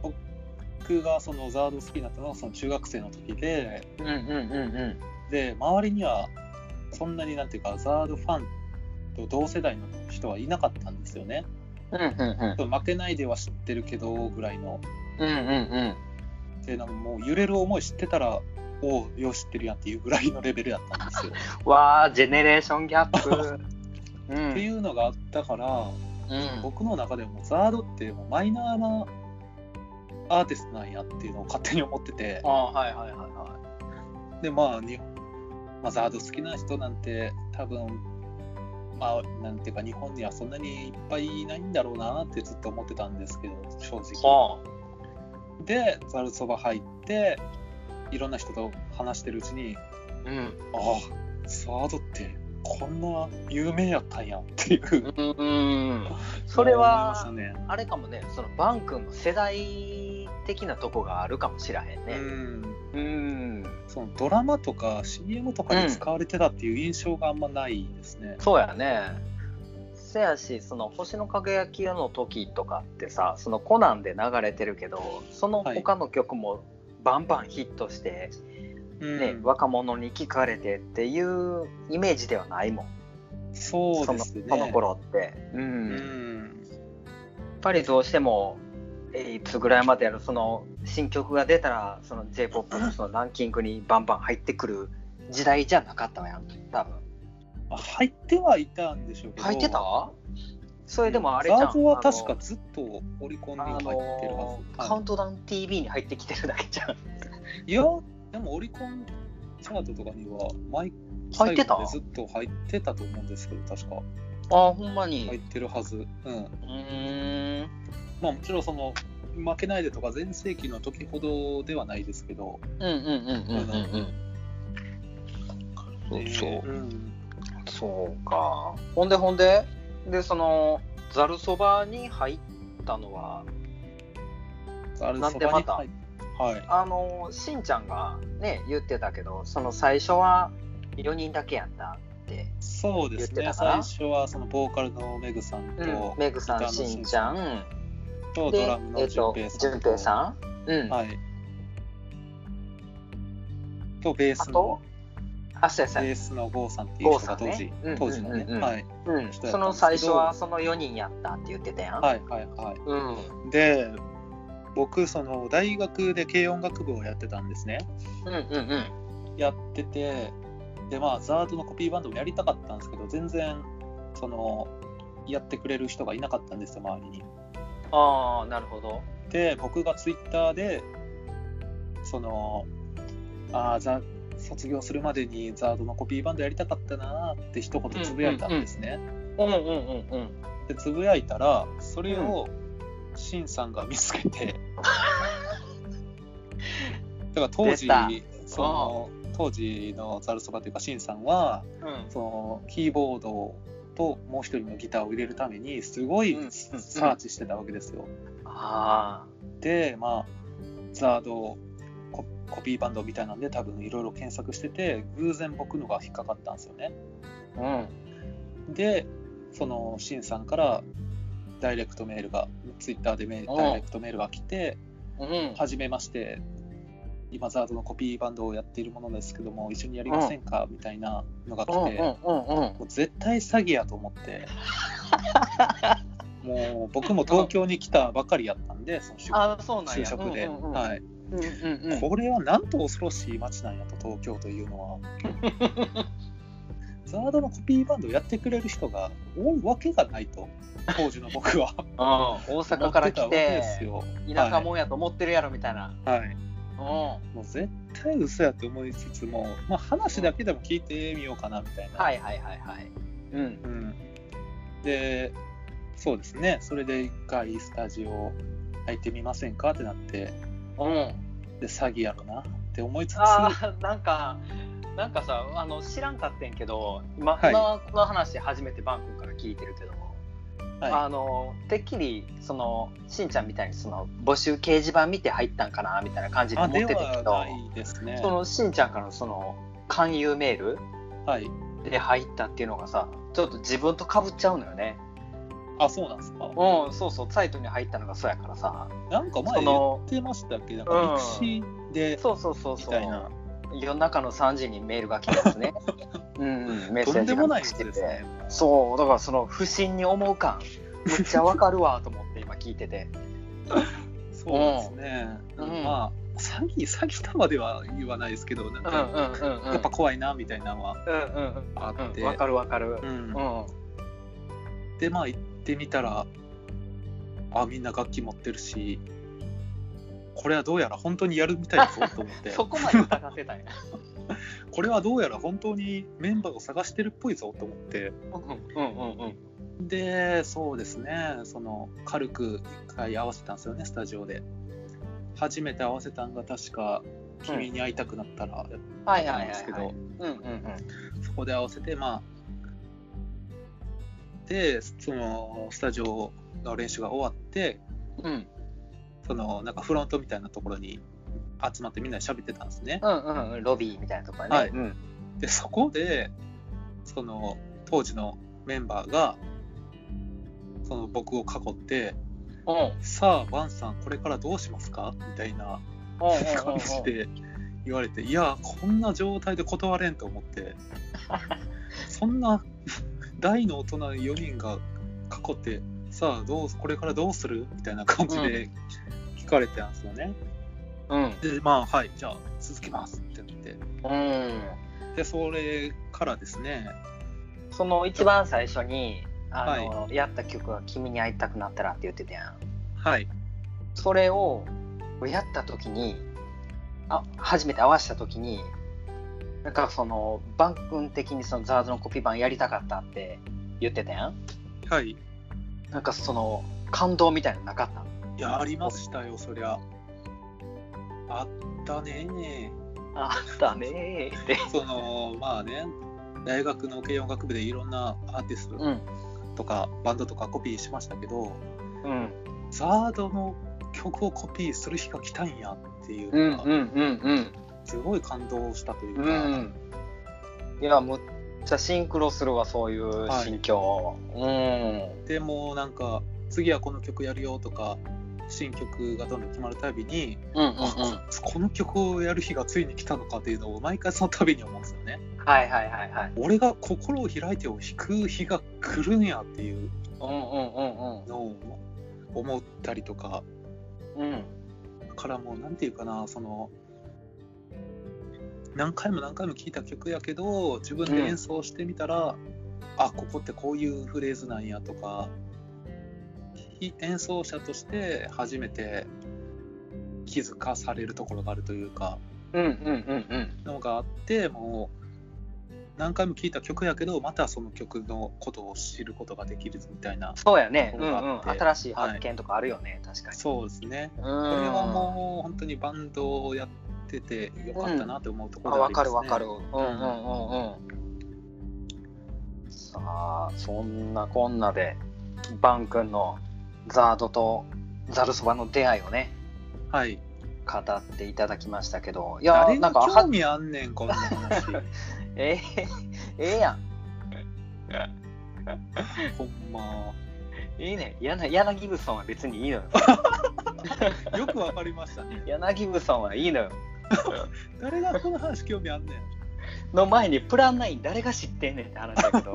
[SPEAKER 2] 僕がそのザード好きになったのはその中学生の時で
[SPEAKER 1] うんうんうんうん。
[SPEAKER 2] で周りにはそんなになんていうかザードファンと同世代の人はいなかったんですよね
[SPEAKER 1] うんうん
[SPEAKER 2] 負けないでは知ってるけどぐらいの
[SPEAKER 1] うん。うんうん
[SPEAKER 2] でなんかもう揺れる思い知ってたらおうよう知ってるやんっていうぐらいのレベルだったんですよ。
[SPEAKER 1] うん。わあ、ジェネレーションギャッ
[SPEAKER 2] *laughs*
[SPEAKER 1] プ。うん。
[SPEAKER 2] っていうのがあったから
[SPEAKER 1] うん
[SPEAKER 2] 僕の中でもザードってもうマイナーなアーティストなんやっていうのを勝手に思ってて
[SPEAKER 1] ああはいはいはいは
[SPEAKER 2] でまあ日本、まあ、ザード好きな人なんて多分まあなんていうか日本にはそんなにいっぱいいないんだろうなってずっと思ってたんですけど正直。
[SPEAKER 1] い。は
[SPEAKER 2] でザルそば入っていろんな人と話してるうちに
[SPEAKER 1] あ。うん。
[SPEAKER 2] ああサードってこんな有名やったんやっていう
[SPEAKER 1] うん。それは
[SPEAKER 2] 思いましたね
[SPEAKER 1] あれかもね、そのバン君の世代的なとこがあるかもしらへん
[SPEAKER 2] う
[SPEAKER 1] ね。
[SPEAKER 2] ん
[SPEAKER 1] うん。
[SPEAKER 2] そのドラマとか CM とかで使われてたっていう印象があんまないですね、
[SPEAKER 1] そうやね。せやし、その星の輝きの時とかってさ、そのコナンで流れてるけど、その他の曲もバンバンヒットして、
[SPEAKER 2] うん
[SPEAKER 1] ね、若者に聞かれてっていうイメージではないもん。
[SPEAKER 2] そう
[SPEAKER 1] そ
[SPEAKER 2] で
[SPEAKER 1] の
[SPEAKER 2] すね
[SPEAKER 1] その頃って。う。
[SPEAKER 2] うんん
[SPEAKER 1] やっぱりどうしてもえーいつぐらいまでやるその新曲が出たらその j p o p のそのランキングにバンバン入ってくる時代じゃなかったわやん多分
[SPEAKER 2] まあ入ってはいたんでしょうけど
[SPEAKER 1] 入ってたそれでもあれじ
[SPEAKER 2] ザ
[SPEAKER 1] ゃん
[SPEAKER 2] ードは確かずっとオリコンに
[SPEAKER 1] あの
[SPEAKER 2] 入ってるは
[SPEAKER 1] あの
[SPEAKER 2] ず、
[SPEAKER 1] カウ
[SPEAKER 2] は
[SPEAKER 1] ントダウン TV に入ってきてるだけじゃん
[SPEAKER 2] い、いやでもオリコンチャートとかには毎
[SPEAKER 1] 入ってた
[SPEAKER 2] 最後までずっと入ってたと思うんですけど確か
[SPEAKER 1] あほんまに、
[SPEAKER 2] 入ってるはずうん
[SPEAKER 1] うーん
[SPEAKER 2] まあもちろんその負けないでとか全盛期の時ほどではないですけど、
[SPEAKER 1] うんうんうんうんうんうんそう
[SPEAKER 2] えーうん
[SPEAKER 1] そうかほんでほんででそのざるそばに入ったのは
[SPEAKER 2] あれ
[SPEAKER 1] なんでまた
[SPEAKER 2] そばに入っはい
[SPEAKER 1] あのしんちゃんがね言ってたけどその最初は4人だけやったって、
[SPEAKER 2] そうです
[SPEAKER 1] 言
[SPEAKER 2] ね
[SPEAKER 1] ってたか
[SPEAKER 2] 最
[SPEAKER 1] な
[SPEAKER 2] 初はそのボーカルのメグさんと、
[SPEAKER 1] メグさん
[SPEAKER 2] ギターの
[SPEAKER 1] しんちゃん
[SPEAKER 2] と
[SPEAKER 1] で
[SPEAKER 2] ドラム
[SPEAKER 1] え
[SPEAKER 2] の
[SPEAKER 1] っと
[SPEAKER 2] 淳平さ
[SPEAKER 1] 淳
[SPEAKER 2] んと,、
[SPEAKER 1] 平さん、うん
[SPEAKER 2] はいとベー
[SPEAKER 1] あ
[SPEAKER 2] ス
[SPEAKER 1] と
[SPEAKER 2] の
[SPEAKER 1] あそうや
[SPEAKER 2] ベ
[SPEAKER 1] そうや
[SPEAKER 2] ースの郷さんっていう人が当
[SPEAKER 1] 郷さん
[SPEAKER 2] 時、
[SPEAKER 1] ねうん
[SPEAKER 2] 当時のね、
[SPEAKER 1] うんうんうん
[SPEAKER 2] はい、
[SPEAKER 1] うん、その最初はその4人やったって言ってたやん、
[SPEAKER 2] はいはいは
[SPEAKER 1] うん
[SPEAKER 2] いで僕その大学で軽音楽部をやってたんですね
[SPEAKER 1] うんうんうん
[SPEAKER 2] やっててでまあザードのコピーバンドもやりたかったんですけど全然そのやってくれる人がいなかったんですよ周りに。
[SPEAKER 1] ああなるほど
[SPEAKER 2] で僕がツイッターでそのあーザ卒業するまでにザードのコピーバンドやりたかったなーって一言つぶやいたんですね。
[SPEAKER 1] うんうんうんうん
[SPEAKER 2] でつぶやいたらそれをシンさんが見つけ
[SPEAKER 1] *laughs*
[SPEAKER 2] て、だから当時
[SPEAKER 1] 出た
[SPEAKER 2] その当時のザルそばというかシンさんは
[SPEAKER 1] うん
[SPEAKER 2] そのキーボードをともう一人のギターを入れるためにすごい
[SPEAKER 1] うんうん
[SPEAKER 2] サーチしてたわけですよ。
[SPEAKER 1] あ
[SPEAKER 2] でまあザードココピーバンドみたいなんで多分いろいろ検索してて偶然僕のが引っかかったんですよね。
[SPEAKER 1] あ、うん。
[SPEAKER 2] でそのシンさんからダイレクトメールがツイッターでメール
[SPEAKER 1] おう
[SPEAKER 2] ダイレクトメールが来て
[SPEAKER 1] うん
[SPEAKER 2] 「はじめまして今ザードのコピーバンドをやっているものですけども一緒にやりませんか?」みたいなのが来ても
[SPEAKER 1] うん
[SPEAKER 2] う絶対詐欺やと思って
[SPEAKER 1] *laughs*
[SPEAKER 2] もう僕も東京に来たばかりやったんでその就
[SPEAKER 1] ああ、そうなんや。
[SPEAKER 2] 就職で、
[SPEAKER 1] うんうんうん
[SPEAKER 2] はい。
[SPEAKER 1] うんうんうん
[SPEAKER 2] これはなんと恐ろしい街なんやと東京というのは
[SPEAKER 1] *laughs*
[SPEAKER 2] ザードのコピーバンドをやってくれる人が多いわけがないと当時の僕
[SPEAKER 1] *laughs*
[SPEAKER 2] は
[SPEAKER 1] あー大
[SPEAKER 2] 思
[SPEAKER 1] 阪
[SPEAKER 2] っ
[SPEAKER 1] から
[SPEAKER 2] た
[SPEAKER 1] 来
[SPEAKER 2] わけです
[SPEAKER 1] て、
[SPEAKER 2] よ
[SPEAKER 1] 田舎もんやと思ってるやろみたいな。
[SPEAKER 2] はい、はい
[SPEAKER 1] うん。
[SPEAKER 2] もう絶対嘘やと思いつつも、まあ、話だけでも聞いてみようかなみたいな、
[SPEAKER 1] はいはいはいはい。うん。
[SPEAKER 2] うん、でそうですねそれで一回スタジオ入ってみませんかってなって
[SPEAKER 1] うん。
[SPEAKER 2] で詐欺やろなって思いつつ
[SPEAKER 1] ああ、なんか、なんかさ、あの知らんかってんけど、今、
[SPEAKER 2] はい
[SPEAKER 1] 今この話初めてバン君から聞いてるけども、
[SPEAKER 2] はい
[SPEAKER 1] あのてっきりそのしんちゃんみたいにその募集掲示板見て入ったんかなみたいな感じで
[SPEAKER 2] あ
[SPEAKER 1] 思っ
[SPEAKER 2] で
[SPEAKER 1] てたけ
[SPEAKER 2] は
[SPEAKER 1] ど、
[SPEAKER 2] ないですね
[SPEAKER 1] そのしんちゃんからのその勧誘メール
[SPEAKER 2] はい
[SPEAKER 1] で入ったっていうのがさちょっと自分とかぶっちゃうのよね
[SPEAKER 2] あ、そうなんですか。
[SPEAKER 1] うんそうそうサイトに入ったのがそうやからさ
[SPEAKER 2] なんか
[SPEAKER 1] そ
[SPEAKER 2] 前言
[SPEAKER 1] の
[SPEAKER 2] ってましたっけなんかミクシーで、
[SPEAKER 1] そうそうそう
[SPEAKER 2] み
[SPEAKER 1] そ
[SPEAKER 2] たいな
[SPEAKER 1] う。夜中の3時にメールが来たんです
[SPEAKER 2] *laughs*
[SPEAKER 1] ねうんうんメッセージが
[SPEAKER 2] とんでもないや
[SPEAKER 1] 来
[SPEAKER 2] つ
[SPEAKER 1] て
[SPEAKER 2] です
[SPEAKER 1] て
[SPEAKER 2] ね。
[SPEAKER 1] そうだからその不審に思う感むっちゃわかるわと思って今聞いて
[SPEAKER 2] *laughs*
[SPEAKER 1] て
[SPEAKER 2] そうですね。
[SPEAKER 1] うん
[SPEAKER 2] まあ、詐欺、詐欺とまでは言わないですけど、なん
[SPEAKER 1] うん
[SPEAKER 2] か、
[SPEAKER 1] うんうんうん
[SPEAKER 2] やっぱ怖いな、みたいなのは
[SPEAKER 1] うんうん
[SPEAKER 2] あっ
[SPEAKER 1] う
[SPEAKER 2] て。
[SPEAKER 1] んわかるわかる
[SPEAKER 2] うん
[SPEAKER 1] うん
[SPEAKER 2] で、まあ、行ってみたら、あ、みんな楽器持ってるし、これはどうやら本当にやるみたいだぞと思っ
[SPEAKER 1] *laughs*
[SPEAKER 2] て、
[SPEAKER 1] そこまで疑って
[SPEAKER 2] *laughs*
[SPEAKER 1] たんや
[SPEAKER 2] これはどうやら本当にメンバーを探してるっぽいぞと思って、
[SPEAKER 1] うんうんうんうん
[SPEAKER 2] でそうですねその軽く1回合わせたんですよねスタジオで初めて合わせたんが確か「君に会いたくなったら」やっ
[SPEAKER 1] はい
[SPEAKER 2] た
[SPEAKER 1] は
[SPEAKER 2] ん
[SPEAKER 1] い
[SPEAKER 2] で
[SPEAKER 1] は
[SPEAKER 2] すけ
[SPEAKER 1] い
[SPEAKER 2] ど、
[SPEAKER 1] はいうんうんうん
[SPEAKER 2] そこで合わせてまあでそのスタジオの練習が終わって
[SPEAKER 1] うん
[SPEAKER 2] そのなんかフロントみたいなところに集まってみんなで喋ってたんですね
[SPEAKER 1] うんうんうんロビーみたいなとこやね、
[SPEAKER 2] はい
[SPEAKER 1] うん
[SPEAKER 2] でそこでその当時のメンバーがその僕を囲って
[SPEAKER 1] うんうんうん
[SPEAKER 2] 「さあバンさんこれからどうしますか?」みたいな感じで言われていやこんな状態で断れんと思ってそんな大の大人4人が囲ってさあどうこれからどうするみたいな感じで聞かれてたんですよね、
[SPEAKER 1] うん
[SPEAKER 2] でまあはいじゃあ続けますってなって
[SPEAKER 1] うん
[SPEAKER 2] でそれからですね
[SPEAKER 1] その一番最初にあの、やった曲は「君に会いたくなったら」って言ってたやん
[SPEAKER 2] はい
[SPEAKER 1] それをやった時にあ初めて合わせた時になんかそのバン君的にそのザーズのコピー版やりたかったって言ってたやん
[SPEAKER 2] はいい
[SPEAKER 1] なんかその感動みたいなのなかった
[SPEAKER 2] やありましたよそりゃあったね
[SPEAKER 1] あったねーって
[SPEAKER 2] そのまあね大学の軽音楽部でいろんなアーティスト
[SPEAKER 1] うん
[SPEAKER 2] とかバンドとかコピーしましたけど、
[SPEAKER 1] うん
[SPEAKER 2] ザードの曲をコピーする日が来たんやっていう
[SPEAKER 1] うん
[SPEAKER 2] の
[SPEAKER 1] う
[SPEAKER 2] が
[SPEAKER 1] んうん
[SPEAKER 2] すごい感動したという
[SPEAKER 1] う
[SPEAKER 2] か、
[SPEAKER 1] んうんいやむっちゃシンクロするわそういう心境、
[SPEAKER 2] でもうなんか次はこの曲やるよとか新曲がどんどん決まるたびに、
[SPEAKER 1] うんうんうん
[SPEAKER 2] あ
[SPEAKER 1] うん
[SPEAKER 2] ここの曲をやる日がついに来たのかっていうのを毎回そのたびに思うんですよね。
[SPEAKER 1] はいはいはいはい
[SPEAKER 2] 俺が心を開いてを弾く日が来るんやっていう
[SPEAKER 1] うんうんうん
[SPEAKER 2] のを思ったりとか
[SPEAKER 1] うんうん
[SPEAKER 2] だからもうなんていうかなその何回も何回も聴いた曲やけど自分で演奏してみたら、あここってこういうフレーズなんやとかい演奏者として初めて気づかされるところがあるというか
[SPEAKER 1] うんうんうん
[SPEAKER 2] のがあってもう何回も聴いた曲やけどまたその曲のことを知ることができるみたいな
[SPEAKER 1] そうやね、
[SPEAKER 2] こ
[SPEAKER 1] う
[SPEAKER 2] れが
[SPEAKER 1] んう
[SPEAKER 2] あ
[SPEAKER 1] ん、
[SPEAKER 2] って
[SPEAKER 1] 新しい発見とかあるよね、確かに
[SPEAKER 2] そうですね
[SPEAKER 1] これ
[SPEAKER 2] これはもう本当にバンドをやっててよかったなって思うとこ
[SPEAKER 1] あ
[SPEAKER 2] ろではあ
[SPEAKER 1] わか
[SPEAKER 2] りますね、
[SPEAKER 1] るわかるうんうんうんうんさあ、そんなこんなで、バン君のザードとザルそばの出会いをね、
[SPEAKER 2] はい。
[SPEAKER 1] 語っていただきましたけど、いや
[SPEAKER 2] 誰
[SPEAKER 1] ー、なん
[SPEAKER 2] が
[SPEAKER 1] か、は
[SPEAKER 2] 興味あんねん、こん
[SPEAKER 1] *laughs*
[SPEAKER 2] な話。
[SPEAKER 1] えー、ええや
[SPEAKER 2] *laughs*
[SPEAKER 1] ん。
[SPEAKER 2] ほんま。
[SPEAKER 1] いいね。やな柳ブソンは別にいいのよ。
[SPEAKER 2] よくわかりましたね。
[SPEAKER 1] 柳ブソンはいいのよ。
[SPEAKER 2] 誰がこの話興味あんねん。
[SPEAKER 1] の前にプランナイン誰が知ってんねんって話だけ
[SPEAKER 2] *laughs*
[SPEAKER 1] ど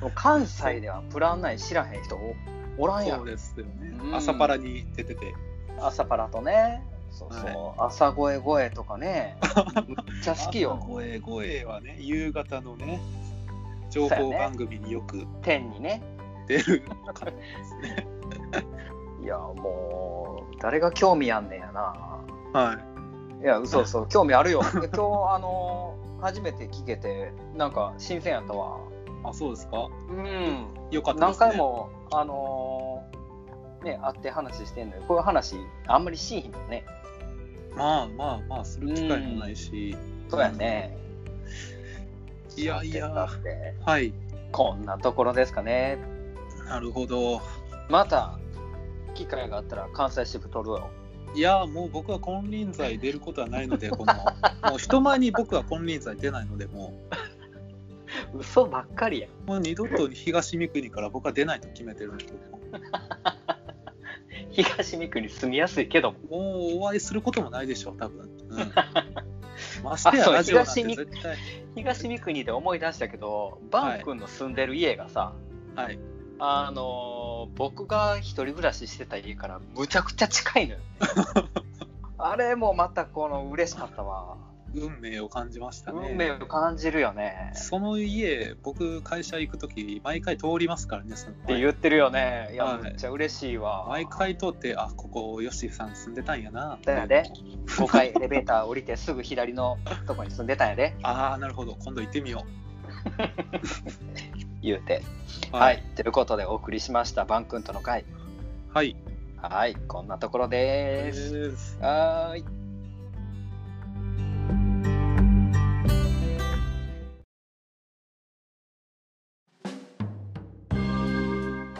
[SPEAKER 1] もう関西ではプランナイン知らへん人おおらんや
[SPEAKER 2] そうんですよね。
[SPEAKER 1] うん
[SPEAKER 2] 朝パラに出てて。
[SPEAKER 1] 朝パラとねそうそう、朝声声とか
[SPEAKER 2] *laughs*
[SPEAKER 1] ねむっちゃ好き
[SPEAKER 2] 朝
[SPEAKER 1] よ
[SPEAKER 2] 声声はね、夕方のね、情報番組によく
[SPEAKER 1] 天にね
[SPEAKER 2] 出る方ですね。
[SPEAKER 1] *laughs* いやもう誰が興味あんねんやな
[SPEAKER 2] はい
[SPEAKER 1] や嘘嘘興味ある
[SPEAKER 2] *laughs*
[SPEAKER 1] よいや今日あのー初めて聞けてなんか新鮮やったわ
[SPEAKER 2] い。あ、そうですか。
[SPEAKER 1] うん
[SPEAKER 2] よかったで
[SPEAKER 1] 何
[SPEAKER 2] すね。
[SPEAKER 1] 回。もあのーね会って話してんのにこういう話あんまりしいひんのね
[SPEAKER 2] まあまあまあ、する機会もないし。
[SPEAKER 1] そうやね。
[SPEAKER 2] いやいや
[SPEAKER 1] だって
[SPEAKER 2] はい。
[SPEAKER 1] こんなところですかね。
[SPEAKER 2] なるほど。
[SPEAKER 1] また機会があったら関西支部取るよ。
[SPEAKER 2] いやもう僕は金輪際出ることはないので、 *laughs* このもう人前に僕は金輪際出ないので、も
[SPEAKER 1] 嘘ばっかりや。
[SPEAKER 2] うもう二度と東三国から僕は出ないと決めてるんですけど、
[SPEAKER 1] 東三国住みやすいけども。
[SPEAKER 2] もうお会いすることもないでしょう、多分。うん、 *laughs* まし
[SPEAKER 1] そう
[SPEAKER 2] てやラジオなんて
[SPEAKER 1] 東三
[SPEAKER 2] 絶対。
[SPEAKER 1] 東三国で思い出したけど、バン君の住んでる家がさ、
[SPEAKER 2] はい、
[SPEAKER 1] あのー僕が一人暮らししてた家からむちゃくちゃ近
[SPEAKER 2] *laughs*
[SPEAKER 1] いのよ。あれもまたこの嬉しかったわ。
[SPEAKER 2] 運命を感じましたね。
[SPEAKER 1] 運命を感じるよね。
[SPEAKER 2] その家、僕、会社行くとき、毎回通りますからね、その
[SPEAKER 1] って言ってるよね。いや
[SPEAKER 2] は、い
[SPEAKER 1] めっちゃ嬉しいわ。
[SPEAKER 2] 毎回通って、あここ、ヨッシーさん住んでたんやな。
[SPEAKER 1] だよね。5階エレベーター降りてすぐ左のとこに住んでたんやで
[SPEAKER 2] ああ、なるほど、今度行ってみよ
[SPEAKER 1] 言うて
[SPEAKER 2] う。
[SPEAKER 1] はい、ということでお送りしましたバン君との会
[SPEAKER 2] はい。
[SPEAKER 1] はいこんなところです、
[SPEAKER 2] です
[SPEAKER 1] はーい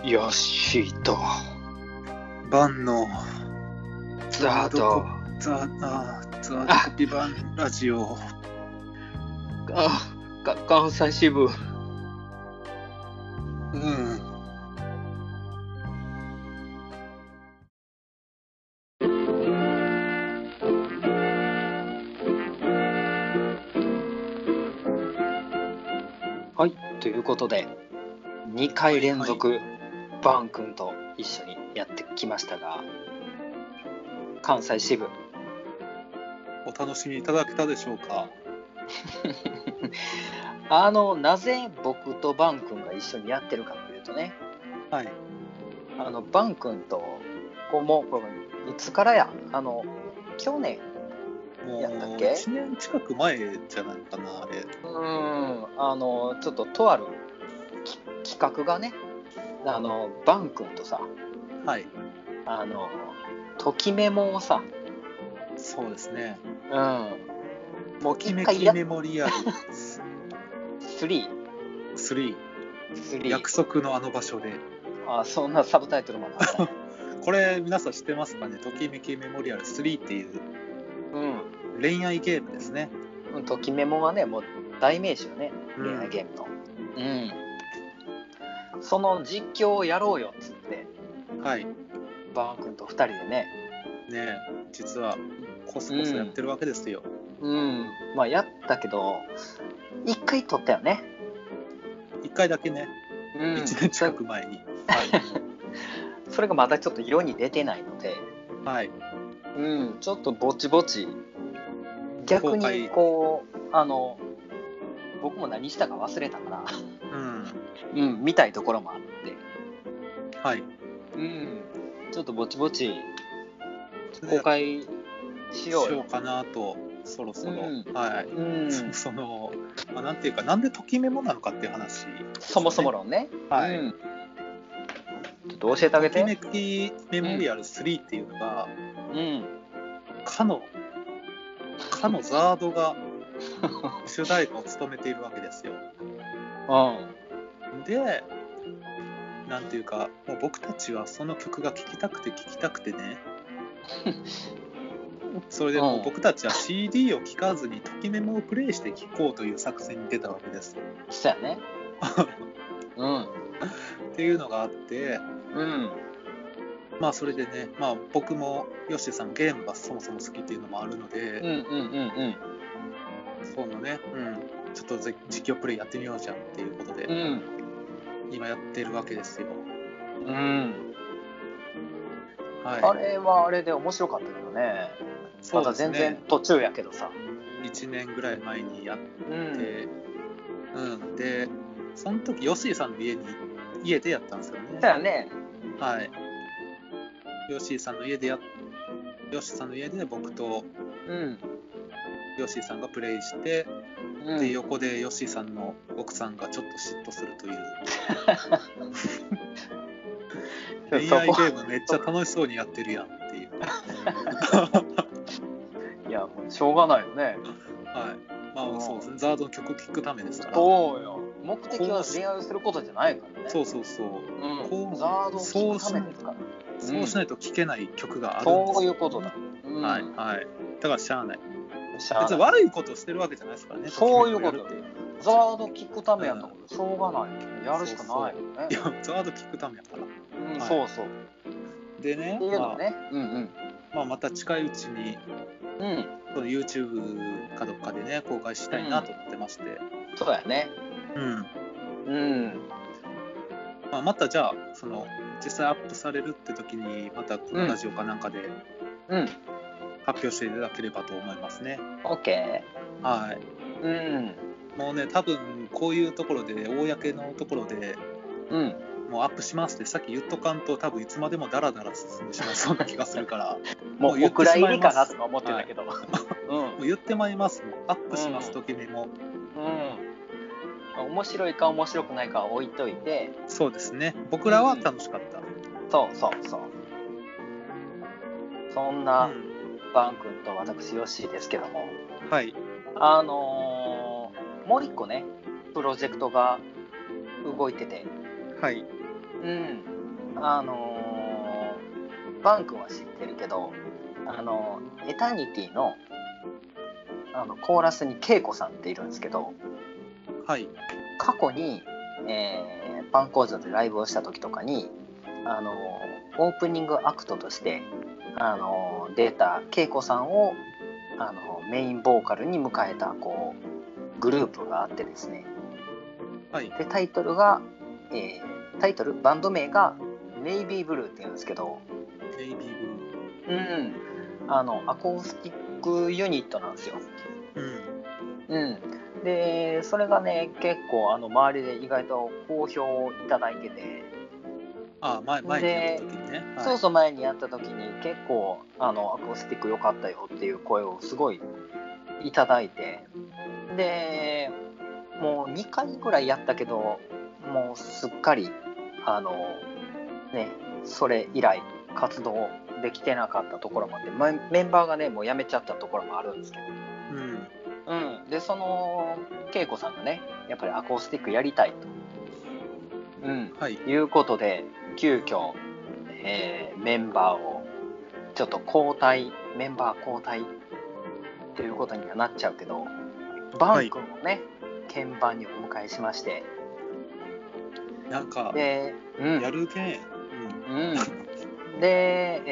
[SPEAKER 1] よしと
[SPEAKER 2] 万能
[SPEAKER 1] ザード
[SPEAKER 2] ザあザザコピバンラジオ
[SPEAKER 1] あか関西支部
[SPEAKER 2] うん
[SPEAKER 1] はいということで2回連続バン君と一緒にやってきましたが関西支部
[SPEAKER 2] お楽しみいただけたでしょうか
[SPEAKER 1] あのなぜ僕とバン君が一緒にやってるかというとね
[SPEAKER 2] はい
[SPEAKER 1] あのバン君とこうもうこれいつからやあの去年
[SPEAKER 2] もう
[SPEAKER 1] やったっけ
[SPEAKER 2] 1年近く前じゃないかなあれ
[SPEAKER 1] うーんあのちょっととあるき企画がねあのバン君とさ
[SPEAKER 2] はい
[SPEAKER 1] あのときメモをさ
[SPEAKER 2] そうですね
[SPEAKER 1] うんもう
[SPEAKER 2] とき
[SPEAKER 1] 一
[SPEAKER 2] め
[SPEAKER 1] 回
[SPEAKER 2] き
[SPEAKER 1] や
[SPEAKER 2] メモリアルス
[SPEAKER 1] 3
[SPEAKER 2] 3
[SPEAKER 1] 3
[SPEAKER 2] 約束のあの場所で
[SPEAKER 1] あそんなサブタイトルまであったんや
[SPEAKER 2] これ皆さん知ってますかねときめきメモリアル3っていう
[SPEAKER 1] *laughs* う
[SPEAKER 2] 恋愛ゲームですね
[SPEAKER 1] んうんときメモはねもう代名詞よね
[SPEAKER 2] うん
[SPEAKER 1] 恋愛ゲームのうん、その実況をやろうよっつって
[SPEAKER 2] はい
[SPEAKER 1] バーン君と2人でね
[SPEAKER 2] ね実はコスコスやってるわけですよ、
[SPEAKER 1] うんまあやったけど1回撮ったよね
[SPEAKER 2] 一1回だけね
[SPEAKER 1] うん
[SPEAKER 2] 1年近く前に、は
[SPEAKER 1] それがまだちょっと色に出てないので
[SPEAKER 2] い、はい、
[SPEAKER 1] うんちょっとぼちぼち逆にこうあの僕も何したか忘れたから、
[SPEAKER 2] うん
[SPEAKER 1] うん、見たいところもあって
[SPEAKER 2] はい。
[SPEAKER 1] うん、ちょっとぼちぼち公開しようよ。
[SPEAKER 2] かなと、そろそろ。
[SPEAKER 1] うん
[SPEAKER 2] はい。
[SPEAKER 1] うん、
[SPEAKER 2] *laughs* その、まあ、なんていうか、なんでときメモなのかっていう話、
[SPEAKER 1] *laughs* そもそも。論ね。
[SPEAKER 2] はい。
[SPEAKER 1] うんちょっと教えてあげ
[SPEAKER 2] とき
[SPEAKER 1] て
[SPEAKER 2] め。きメモリアル3っていうのが、
[SPEAKER 1] うん。
[SPEAKER 2] かの、か
[SPEAKER 1] *laughs*
[SPEAKER 2] のザードが主題歌を務めているわけですよ。
[SPEAKER 1] うん。
[SPEAKER 2] でなんていうかもう僕たちはその曲が聴きたくて聴きたくて
[SPEAKER 1] *laughs*
[SPEAKER 2] ねそれでもう僕たちは CD を聴かずにときメモをプレイして聴こうという作戦に出たわけです。
[SPEAKER 1] そうや *laughs* ね。うん。
[SPEAKER 2] っていうのがあって
[SPEAKER 1] うん。
[SPEAKER 2] まあそれでね、まあ、僕もヨッシーさんもゲームがそもそも好きっていうのもあるので、
[SPEAKER 1] うんうんうんうん。
[SPEAKER 2] そのね、うん、ちょっとぜ実況プレイやってみようじゃんっていうことで、
[SPEAKER 1] うん。
[SPEAKER 2] 今やってるわけですよ。
[SPEAKER 1] うん。
[SPEAKER 2] はい、
[SPEAKER 1] あれはあれで面白かったけどね。
[SPEAKER 2] そ
[SPEAKER 1] ま
[SPEAKER 2] う
[SPEAKER 1] だ
[SPEAKER 2] です
[SPEAKER 1] 全然
[SPEAKER 2] ね、
[SPEAKER 1] 途中やけどさ。
[SPEAKER 2] 1年ぐらい前にやって、
[SPEAKER 1] うん。
[SPEAKER 2] うんでその時ヨッシーさんの家に家でやったんですよね。
[SPEAKER 1] そうやね。
[SPEAKER 2] はい、ヨッシーさんの家でやヨッシーさんの家で僕と
[SPEAKER 1] うん。
[SPEAKER 2] ヨッシーさんがプレイして、
[SPEAKER 1] うん
[SPEAKER 2] で横でヨッシーさんの奥さんがちょっと嫉妬するという。恋
[SPEAKER 1] そ
[SPEAKER 2] 愛ゲ
[SPEAKER 1] こ
[SPEAKER 2] ームめっちゃ楽しそうにやってるやんって
[SPEAKER 1] *laughs*
[SPEAKER 2] いう。
[SPEAKER 1] いや、もうしょうがないよね。
[SPEAKER 2] はい。まあそうですね。ザードの曲聴くためですから。そ
[SPEAKER 1] そうよ。目的は恋愛をすることじゃないからね。
[SPEAKER 2] うそうそう。
[SPEAKER 1] う
[SPEAKER 2] こ
[SPEAKER 1] ん。
[SPEAKER 2] う
[SPEAKER 1] ザードを聞くためですから。
[SPEAKER 2] そうしないと聴けない曲があるんです。
[SPEAKER 1] そういうことだ。うん
[SPEAKER 2] はいはい。だからしゃあない。
[SPEAKER 1] しゃあ
[SPEAKER 2] 別に
[SPEAKER 1] ない
[SPEAKER 2] 悪いことをしてるわけじゃないですからね。
[SPEAKER 1] そういうこと
[SPEAKER 2] ときめきをやるって
[SPEAKER 1] ザード聞くためやったことしょうがないけど。やるしかないよね。
[SPEAKER 2] いういや、ザード聴くためやから。
[SPEAKER 1] うん、
[SPEAKER 2] はい
[SPEAKER 1] そうそう。
[SPEAKER 2] でね、
[SPEAKER 1] っていう
[SPEAKER 2] ま
[SPEAKER 1] の
[SPEAKER 2] あ
[SPEAKER 1] ね。うん
[SPEAKER 2] まあ、また近いうちに、
[SPEAKER 1] うん。うん。
[SPEAKER 2] この YouTube かどっかでね、公開したいなと思ってまして。
[SPEAKER 1] そうやね。
[SPEAKER 2] うん。
[SPEAKER 1] うん。
[SPEAKER 2] まあ、またじゃあ、その、実際アップされるって時に、またこのラジオかなんかで、
[SPEAKER 1] うん。
[SPEAKER 2] 発表していただければと思いますね。
[SPEAKER 1] オッケ
[SPEAKER 2] は
[SPEAKER 1] ー。うん。
[SPEAKER 2] い。もうね、多分こういうところで、公のところで
[SPEAKER 1] うん。
[SPEAKER 2] もうアップしますってさっき言っとかんと、多分いつまでもダラダラ進んでしまいそうな気がする
[SPEAKER 1] *laughs*
[SPEAKER 2] から、
[SPEAKER 1] も
[SPEAKER 2] もう
[SPEAKER 1] う
[SPEAKER 2] 言っ
[SPEAKER 1] お
[SPEAKER 2] て
[SPEAKER 1] 蔵
[SPEAKER 2] し
[SPEAKER 1] 入
[SPEAKER 2] まい
[SPEAKER 1] り
[SPEAKER 2] ま
[SPEAKER 1] か
[SPEAKER 2] す
[SPEAKER 1] なとか思ってたけど。うん
[SPEAKER 2] も。う言ってまいりますもん。アップしますときにも、
[SPEAKER 1] うん。面白いか面白くないかは置いといて、
[SPEAKER 2] そうですね。僕らは楽しかった。
[SPEAKER 1] そうそうそう。そん
[SPEAKER 2] う
[SPEAKER 1] なんバン君と私、ヨッシーですけども、
[SPEAKER 2] はい。
[SPEAKER 1] あのーもう一個ね、プロジェクトが動いてて、
[SPEAKER 2] はい。
[SPEAKER 1] うん、あのーバン君は知ってるけど、あのーエタニティのあのコーラスにケイコさんっているんですけど、
[SPEAKER 2] はい。
[SPEAKER 1] 過去に、えーパン工場でライブをした時とかに、あのオープニングアクトとして、あの出た恵子さんを、あのメインボーカルに迎えたこうグループがあってですね
[SPEAKER 2] はい。
[SPEAKER 1] でタイトルが、えータイトルバンド名が「ネイビーブルー」っていうんですけど、
[SPEAKER 2] ネイビーブ
[SPEAKER 1] うん、あのアコースティックユニットなんですよ。
[SPEAKER 2] ルー。うん。
[SPEAKER 1] うん、でそれがね結構あの周りで意外と好評をいただいてて、
[SPEAKER 2] あ、前、前にやった時にね。はい、
[SPEAKER 1] そうそう前にやった時に結構あのアコースティック良かったよっていう声をすごいいただいてでもう2回ぐらいやったけどもうすっかりあのねそれ以来活動できてなかったところもあってまメンバーがねもう辞めちゃったところもあるんですけど。
[SPEAKER 2] うん。
[SPEAKER 1] うん、でその恵子さんがねやっぱりアコースティックやりたいと、うん、
[SPEAKER 2] はい。
[SPEAKER 1] いうことで急遽、えーメンバーをちょっと交代メンバー交代ということにはなっちゃうけどバン君をね、鍵盤にお迎えしまして
[SPEAKER 2] なんか、
[SPEAKER 1] で、う
[SPEAKER 2] や
[SPEAKER 1] ん
[SPEAKER 2] るね。
[SPEAKER 1] うん、で、え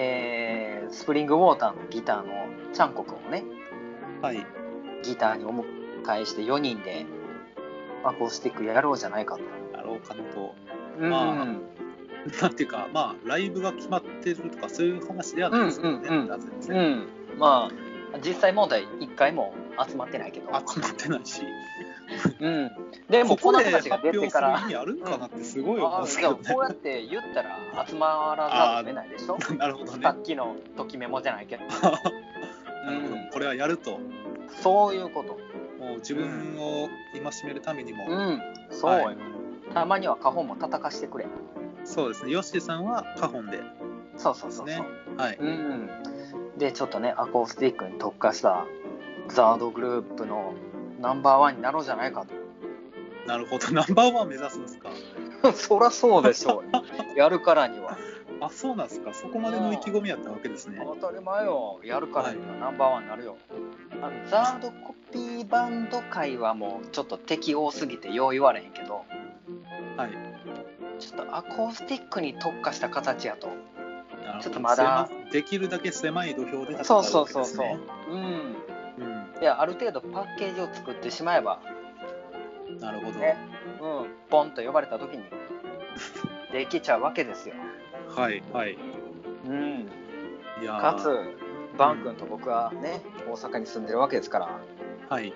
[SPEAKER 1] ースプリングウォーターのギターのちゃんこくんをね
[SPEAKER 2] うん。はい。
[SPEAKER 1] ギターにお迎えして4人でアコースティックやろうじゃないかと。
[SPEAKER 2] やろうかなと。 *laughs*
[SPEAKER 1] まあ
[SPEAKER 2] なんていうか、まあ、ライブが決まってるとか、そういう話ではないですよね、
[SPEAKER 1] うんうんうん
[SPEAKER 2] まだ全
[SPEAKER 1] う
[SPEAKER 2] 然。
[SPEAKER 1] ん、まあ実際問題1回も集まってないけど、
[SPEAKER 2] 集まってないし、
[SPEAKER 1] うん、でもこの話が出てか
[SPEAKER 2] こ
[SPEAKER 1] ら
[SPEAKER 2] こで発表する意味あるんかなって、すごい思うん
[SPEAKER 1] あ
[SPEAKER 2] ですけ
[SPEAKER 1] でも
[SPEAKER 2] ど
[SPEAKER 1] こ
[SPEAKER 2] ね。
[SPEAKER 1] うやって言ったら集まらざるを得ないでしょ、
[SPEAKER 2] *laughs* なるほどね
[SPEAKER 1] さ。っきのときメモじゃない
[SPEAKER 2] *laughs*
[SPEAKER 1] けど、
[SPEAKER 2] なるほどこれはやると、
[SPEAKER 1] そういうこと、
[SPEAKER 2] もう自分を戒めるためにも、
[SPEAKER 1] うん、そうよ、
[SPEAKER 2] はい
[SPEAKER 1] たまには花本も叩かしてくれ
[SPEAKER 2] そうですね、ヨッシーさんはカホンで、
[SPEAKER 1] そうそうそうそう、
[SPEAKER 2] ねはい、
[SPEAKER 1] うん、でちょっとねアコースティックに特化したザードグループのナンバーワンになろうじゃないかと
[SPEAKER 2] *laughs* なるほど、ナンバーワン目指すんですか。 *laughs*
[SPEAKER 1] そらそうでしょうよ。やるからには。
[SPEAKER 2] あそうなんですかそこまでの意気込みやったわけですね
[SPEAKER 1] 当たり前よ。やるからにはナンバーワンになるよ。あのザードコピーバンド界はもうちょっと敵多すぎてよう言われへんけど、
[SPEAKER 2] はい
[SPEAKER 1] ちょっとアコースティックに特化した形やと。
[SPEAKER 2] なるほど
[SPEAKER 1] ちょっとまだ
[SPEAKER 2] 狭できるだけ狭い土俵で
[SPEAKER 1] そう
[SPEAKER 2] う
[SPEAKER 1] そうそうそう。
[SPEAKER 2] ね
[SPEAKER 1] うん。
[SPEAKER 2] うん
[SPEAKER 1] いや、ある程度パッケージを作ってしまえば、
[SPEAKER 2] なるほど、
[SPEAKER 1] ねうん、ポンと呼ばれた時にできちゃうわけですよ。
[SPEAKER 2] はいはい
[SPEAKER 1] うん、
[SPEAKER 2] いやー
[SPEAKER 1] かつ、バン君と僕はね、大阪に住んでるわけですから、
[SPEAKER 2] はい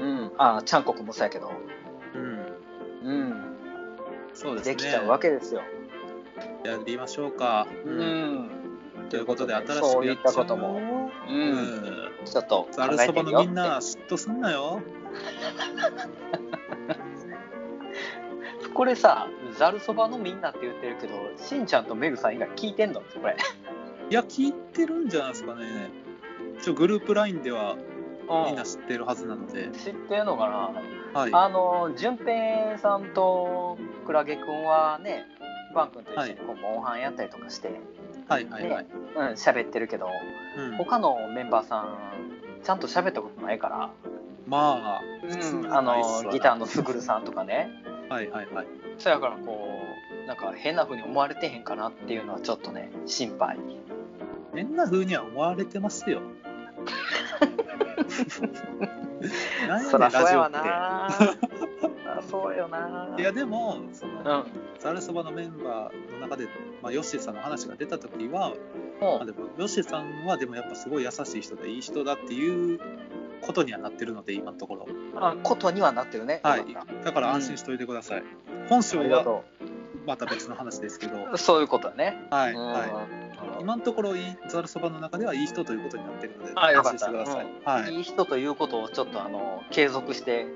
[SPEAKER 1] うん、あ、ちゃんこくんもそうやけど、
[SPEAKER 2] うん
[SPEAKER 1] うん、
[SPEAKER 2] そうですね
[SPEAKER 1] できちゃうわけですよ。
[SPEAKER 2] やりましょうか、
[SPEAKER 1] うん
[SPEAKER 2] ということで新しくやっちゃ
[SPEAKER 1] そういったことも、
[SPEAKER 2] も
[SPEAKER 1] う、
[SPEAKER 2] うんん
[SPEAKER 1] ちょっと考
[SPEAKER 2] ざる
[SPEAKER 1] え
[SPEAKER 2] そ
[SPEAKER 1] て
[SPEAKER 2] ば
[SPEAKER 1] み
[SPEAKER 2] の
[SPEAKER 1] よう
[SPEAKER 2] みんな嫉妬すんなよ
[SPEAKER 1] ってこれさ、ざるそばのみんなって言ってるけど、しんちゃんとめぐさん以外聞いてんのこれ。
[SPEAKER 2] いや聞いてるんじゃないですかね一応グループ LINE ではみんな知ってるはずなので、
[SPEAKER 1] 知ってんのかな
[SPEAKER 2] はい、
[SPEAKER 1] あの順平さんとクラゲくんはねバン君と一緒にこうモンハンやったりとかして、
[SPEAKER 2] はいはいはい、
[SPEAKER 1] うん喋ってるけど
[SPEAKER 2] うん、
[SPEAKER 1] 他のメンバーさんちゃんと喋ったことないから、
[SPEAKER 2] まあ普通
[SPEAKER 1] うん、
[SPEAKER 2] は
[SPEAKER 1] あ
[SPEAKER 2] ないっすわ
[SPEAKER 1] のギターのすぐるさんとかね
[SPEAKER 2] はいはいはい
[SPEAKER 1] そやからこうなんか変な風に思われてへんかなっていうのはちょっとね心配
[SPEAKER 2] 変な風には思われてます
[SPEAKER 1] *laughs*
[SPEAKER 2] よなんやねんラジオっ
[SPEAKER 1] な *laughs* そうよな
[SPEAKER 2] ていやでもそうの、
[SPEAKER 1] ん
[SPEAKER 2] ざるそばのメンバーの中で、まあ、ヨッシーさんの話が出た時は、
[SPEAKER 1] も
[SPEAKER 2] まあ、でもヨッシーさんはでもやっぱすごい優しい人でいい人だっていうことにはなってるので今のところ
[SPEAKER 1] うあことにはなってるね
[SPEAKER 2] はい
[SPEAKER 1] よかっ
[SPEAKER 2] だから安心しておいてください、本
[SPEAKER 1] た
[SPEAKER 2] 性
[SPEAKER 1] ありが
[SPEAKER 2] は
[SPEAKER 1] と
[SPEAKER 2] また別の話ですけどは
[SPEAKER 1] うそういうことだね
[SPEAKER 2] いは
[SPEAKER 1] うん
[SPEAKER 2] い今のところいいざるそばの中ではいい人ということになってるので
[SPEAKER 1] あよか
[SPEAKER 2] 安
[SPEAKER 1] っ
[SPEAKER 2] 心したてください、
[SPEAKER 1] う
[SPEAKER 2] はい
[SPEAKER 1] いい人ということをちょっとあの継続して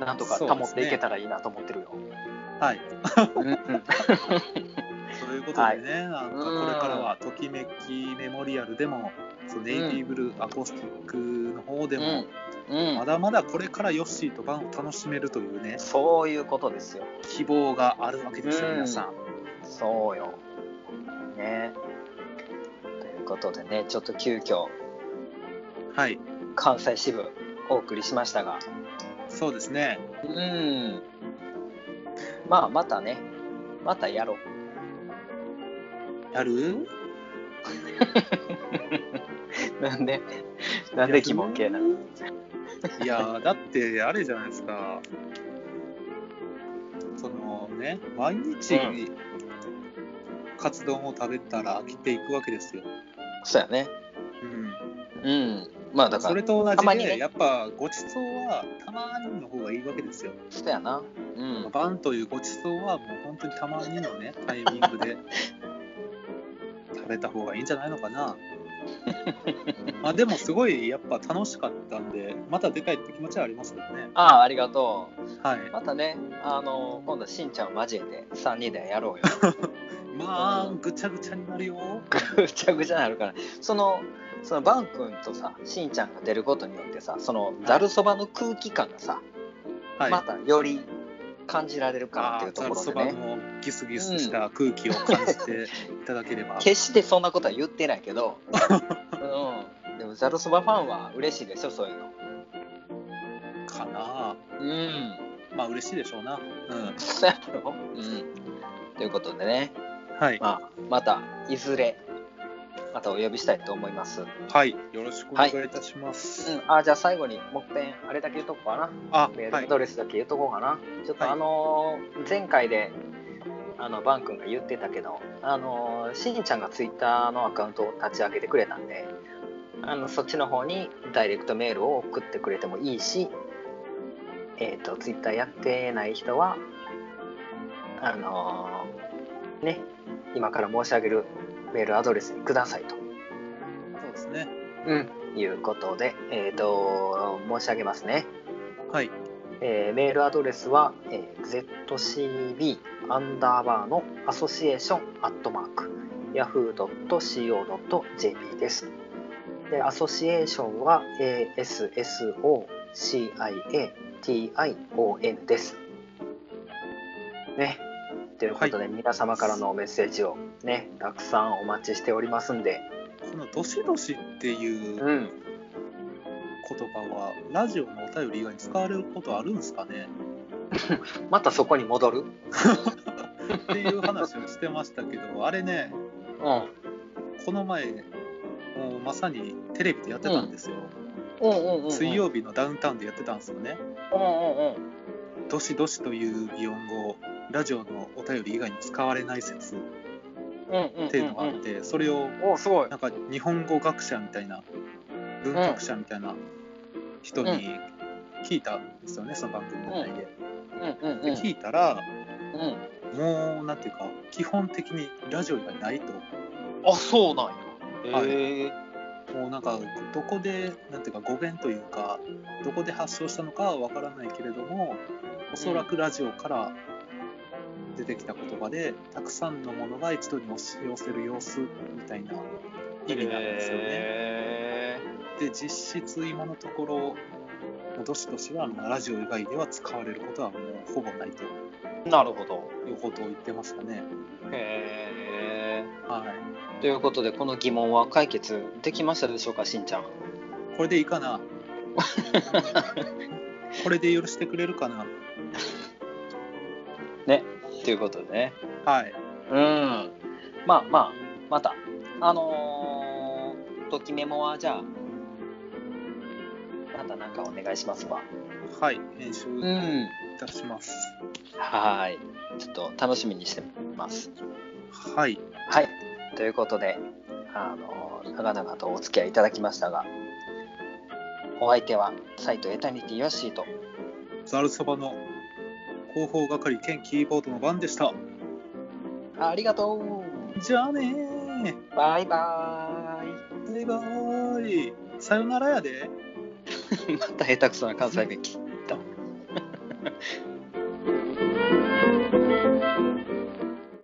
[SPEAKER 1] なんとか保っていけたらいいなと思ってるよ。
[SPEAKER 2] はい
[SPEAKER 1] うんうん
[SPEAKER 2] ということでね、なんかこれからはときめきメモリアルでも、そのネイビーブルーアコースティックの方でも、
[SPEAKER 1] うん
[SPEAKER 2] まだまだこれからヨッシーとバンを楽しめるというね
[SPEAKER 1] そういうことですよ。
[SPEAKER 2] 希望があるわけですよ、
[SPEAKER 1] うん
[SPEAKER 2] 皆さん。
[SPEAKER 1] そうよ。ね。ということでねちょっと急遽
[SPEAKER 2] はい、
[SPEAKER 1] 関西支部お送りしましたが
[SPEAKER 2] そうですね。
[SPEAKER 1] うんまあまたねまたやろう。 *laughs*
[SPEAKER 2] やる
[SPEAKER 1] なんでなんで疑問系なの
[SPEAKER 2] いやー、だってあれじゃないですか。そのね、毎日
[SPEAKER 1] う
[SPEAKER 2] カツ丼を食べたら飽きていくわけですよ。
[SPEAKER 1] そうやね。
[SPEAKER 2] うん
[SPEAKER 1] うん。まあだか
[SPEAKER 2] そ
[SPEAKER 1] ら
[SPEAKER 2] れと同
[SPEAKER 1] たま
[SPEAKER 2] じ
[SPEAKER 1] に
[SPEAKER 2] で、
[SPEAKER 1] ね
[SPEAKER 2] やっぱごちそうはたまにの方がいいわけですよ。
[SPEAKER 1] そうやな。うん。
[SPEAKER 2] バンというごちそうはもう本当にたまにの
[SPEAKER 1] *laughs*
[SPEAKER 2] ねタイミングで食べた方がいいんじゃないの
[SPEAKER 1] *laughs*
[SPEAKER 2] かな。まあでもすごいやっぱ楽しかったんでまた出たいって気持ちはありますけどね。
[SPEAKER 1] ああありがとう。
[SPEAKER 2] はい。
[SPEAKER 1] またね、あの今度しんちゃんを交えて3人でやろうよ。 *laughs*
[SPEAKER 2] まあぐちゃぐちゃになるよ。
[SPEAKER 1] ぐちゃぐちゃになるから。そのそのバン君とさ、しんちゃんが出ることによってさ、そのざるそばの空気感がさ、
[SPEAKER 2] はい。
[SPEAKER 1] またより感じられるかなっ
[SPEAKER 2] あ
[SPEAKER 1] てい
[SPEAKER 2] ー
[SPEAKER 1] うと
[SPEAKER 2] ざ
[SPEAKER 1] こ
[SPEAKER 2] る
[SPEAKER 1] ろ
[SPEAKER 2] そ
[SPEAKER 1] で
[SPEAKER 2] ば
[SPEAKER 1] ね。
[SPEAKER 2] のギスギスした空気を感じていただければ。
[SPEAKER 1] 決してそんなことは言ってないけ *laughs* ど、うん、でもざるそばファンは嬉しいでしょ、そういうの。
[SPEAKER 2] かな。
[SPEAKER 1] うん、
[SPEAKER 2] まあ嬉しいでしょうな。うん。
[SPEAKER 1] そうやろ。うん。ということでね、
[SPEAKER 2] はい。
[SPEAKER 1] まあ、またいずれ、またお呼びしたいと思います。
[SPEAKER 2] はい。よろしくお願いいたします。
[SPEAKER 1] うん、あじゃあ最後にもっぺんあれだけ言っとこうかな
[SPEAKER 2] あ、
[SPEAKER 1] メー
[SPEAKER 2] は
[SPEAKER 1] ル
[SPEAKER 2] い
[SPEAKER 1] ア。ドレスだけ言っとこうかな、ちょっと
[SPEAKER 2] はい
[SPEAKER 1] あのー前回であのバン君が言ってたけどあのーしんちゃんがツイッターのアカウントを立ち上げてくれたんであのそっちの方にダイレクトメールを送ってくれてもいいしえっ、とツイッターやってない人はあのーね今から申し上げるメールアドレスにくださいと
[SPEAKER 2] そうですね。
[SPEAKER 1] うん、いうことで、えー、と申し上げますね、
[SPEAKER 2] はい。
[SPEAKER 1] えーメールアドレスは、えー ZCB アンダーバーのアソシエーションアットマーク Yahoo.co.jp ですでアソシエーションは ASSOCIATION ですねということで、皆様からのメッセージをねたくさんお待ちしておりますんで
[SPEAKER 2] この「どしどし」っていう言
[SPEAKER 1] ん
[SPEAKER 2] 葉はラジオのお便り以外に使われることあるんですかね
[SPEAKER 1] またそこに戻る
[SPEAKER 2] っていう話をしてましたけ
[SPEAKER 1] *laughs*
[SPEAKER 2] どあれね
[SPEAKER 1] うん
[SPEAKER 2] この前もうまさにテレビでやってたんですよ、
[SPEAKER 1] うんうんうん
[SPEAKER 2] 水曜日のダウンタウンでやってたんですよね
[SPEAKER 1] うんうんうん
[SPEAKER 2] 「どしどし」という擬音語ラジオのお便り以外に使われない説っ
[SPEAKER 1] うんうん
[SPEAKER 2] ていうのがあって、それを
[SPEAKER 1] おすごい
[SPEAKER 2] なんか日本語学者みたいな文学者みたいな人に聞いたんですよね、その番組の内で。
[SPEAKER 1] うんうん
[SPEAKER 2] で聞いたら
[SPEAKER 1] うん
[SPEAKER 2] もうなんていうか基本的にラジオがないと
[SPEAKER 1] あそうなんや
[SPEAKER 2] はい
[SPEAKER 1] へえ
[SPEAKER 2] もうなんかどこでなんていうか語源というかどこで発祥したのかはわからないけれどもおそらくラジオから出てきた言葉でたくさんのものが一度に押し寄せる様子みたいな意味なんですよね。
[SPEAKER 1] へ
[SPEAKER 2] で実質今のところもうどしどしはあのラジオ以外では使われることはもうほぼないとい
[SPEAKER 1] えなるほど
[SPEAKER 2] うことを言ってましたね。
[SPEAKER 1] へえ
[SPEAKER 2] はい、
[SPEAKER 1] ということでこの疑問は解決できましたでしょうかしんちゃん
[SPEAKER 2] これでいいかなこれで許してくれるかな
[SPEAKER 1] ということでね
[SPEAKER 2] はい。
[SPEAKER 1] うんまあまあまたあのー、ときメモはじゃあまたなんかお願いしますわ
[SPEAKER 2] はい。編集
[SPEAKER 1] う
[SPEAKER 2] い
[SPEAKER 1] ん
[SPEAKER 2] たします。
[SPEAKER 1] はーいちょっと楽しみにしてます
[SPEAKER 2] はい。
[SPEAKER 1] はいということであのー長々とお付き合いいただきましたがお相手はサイトエタニティヨッシーと
[SPEAKER 2] ザルそばの広報係兼キーボードの番でした。
[SPEAKER 1] ありがとう
[SPEAKER 2] じゃあねー。
[SPEAKER 1] バイバー
[SPEAKER 2] バイバーイ。さよならやで。
[SPEAKER 1] *laughs* イまた下手くそな関西弁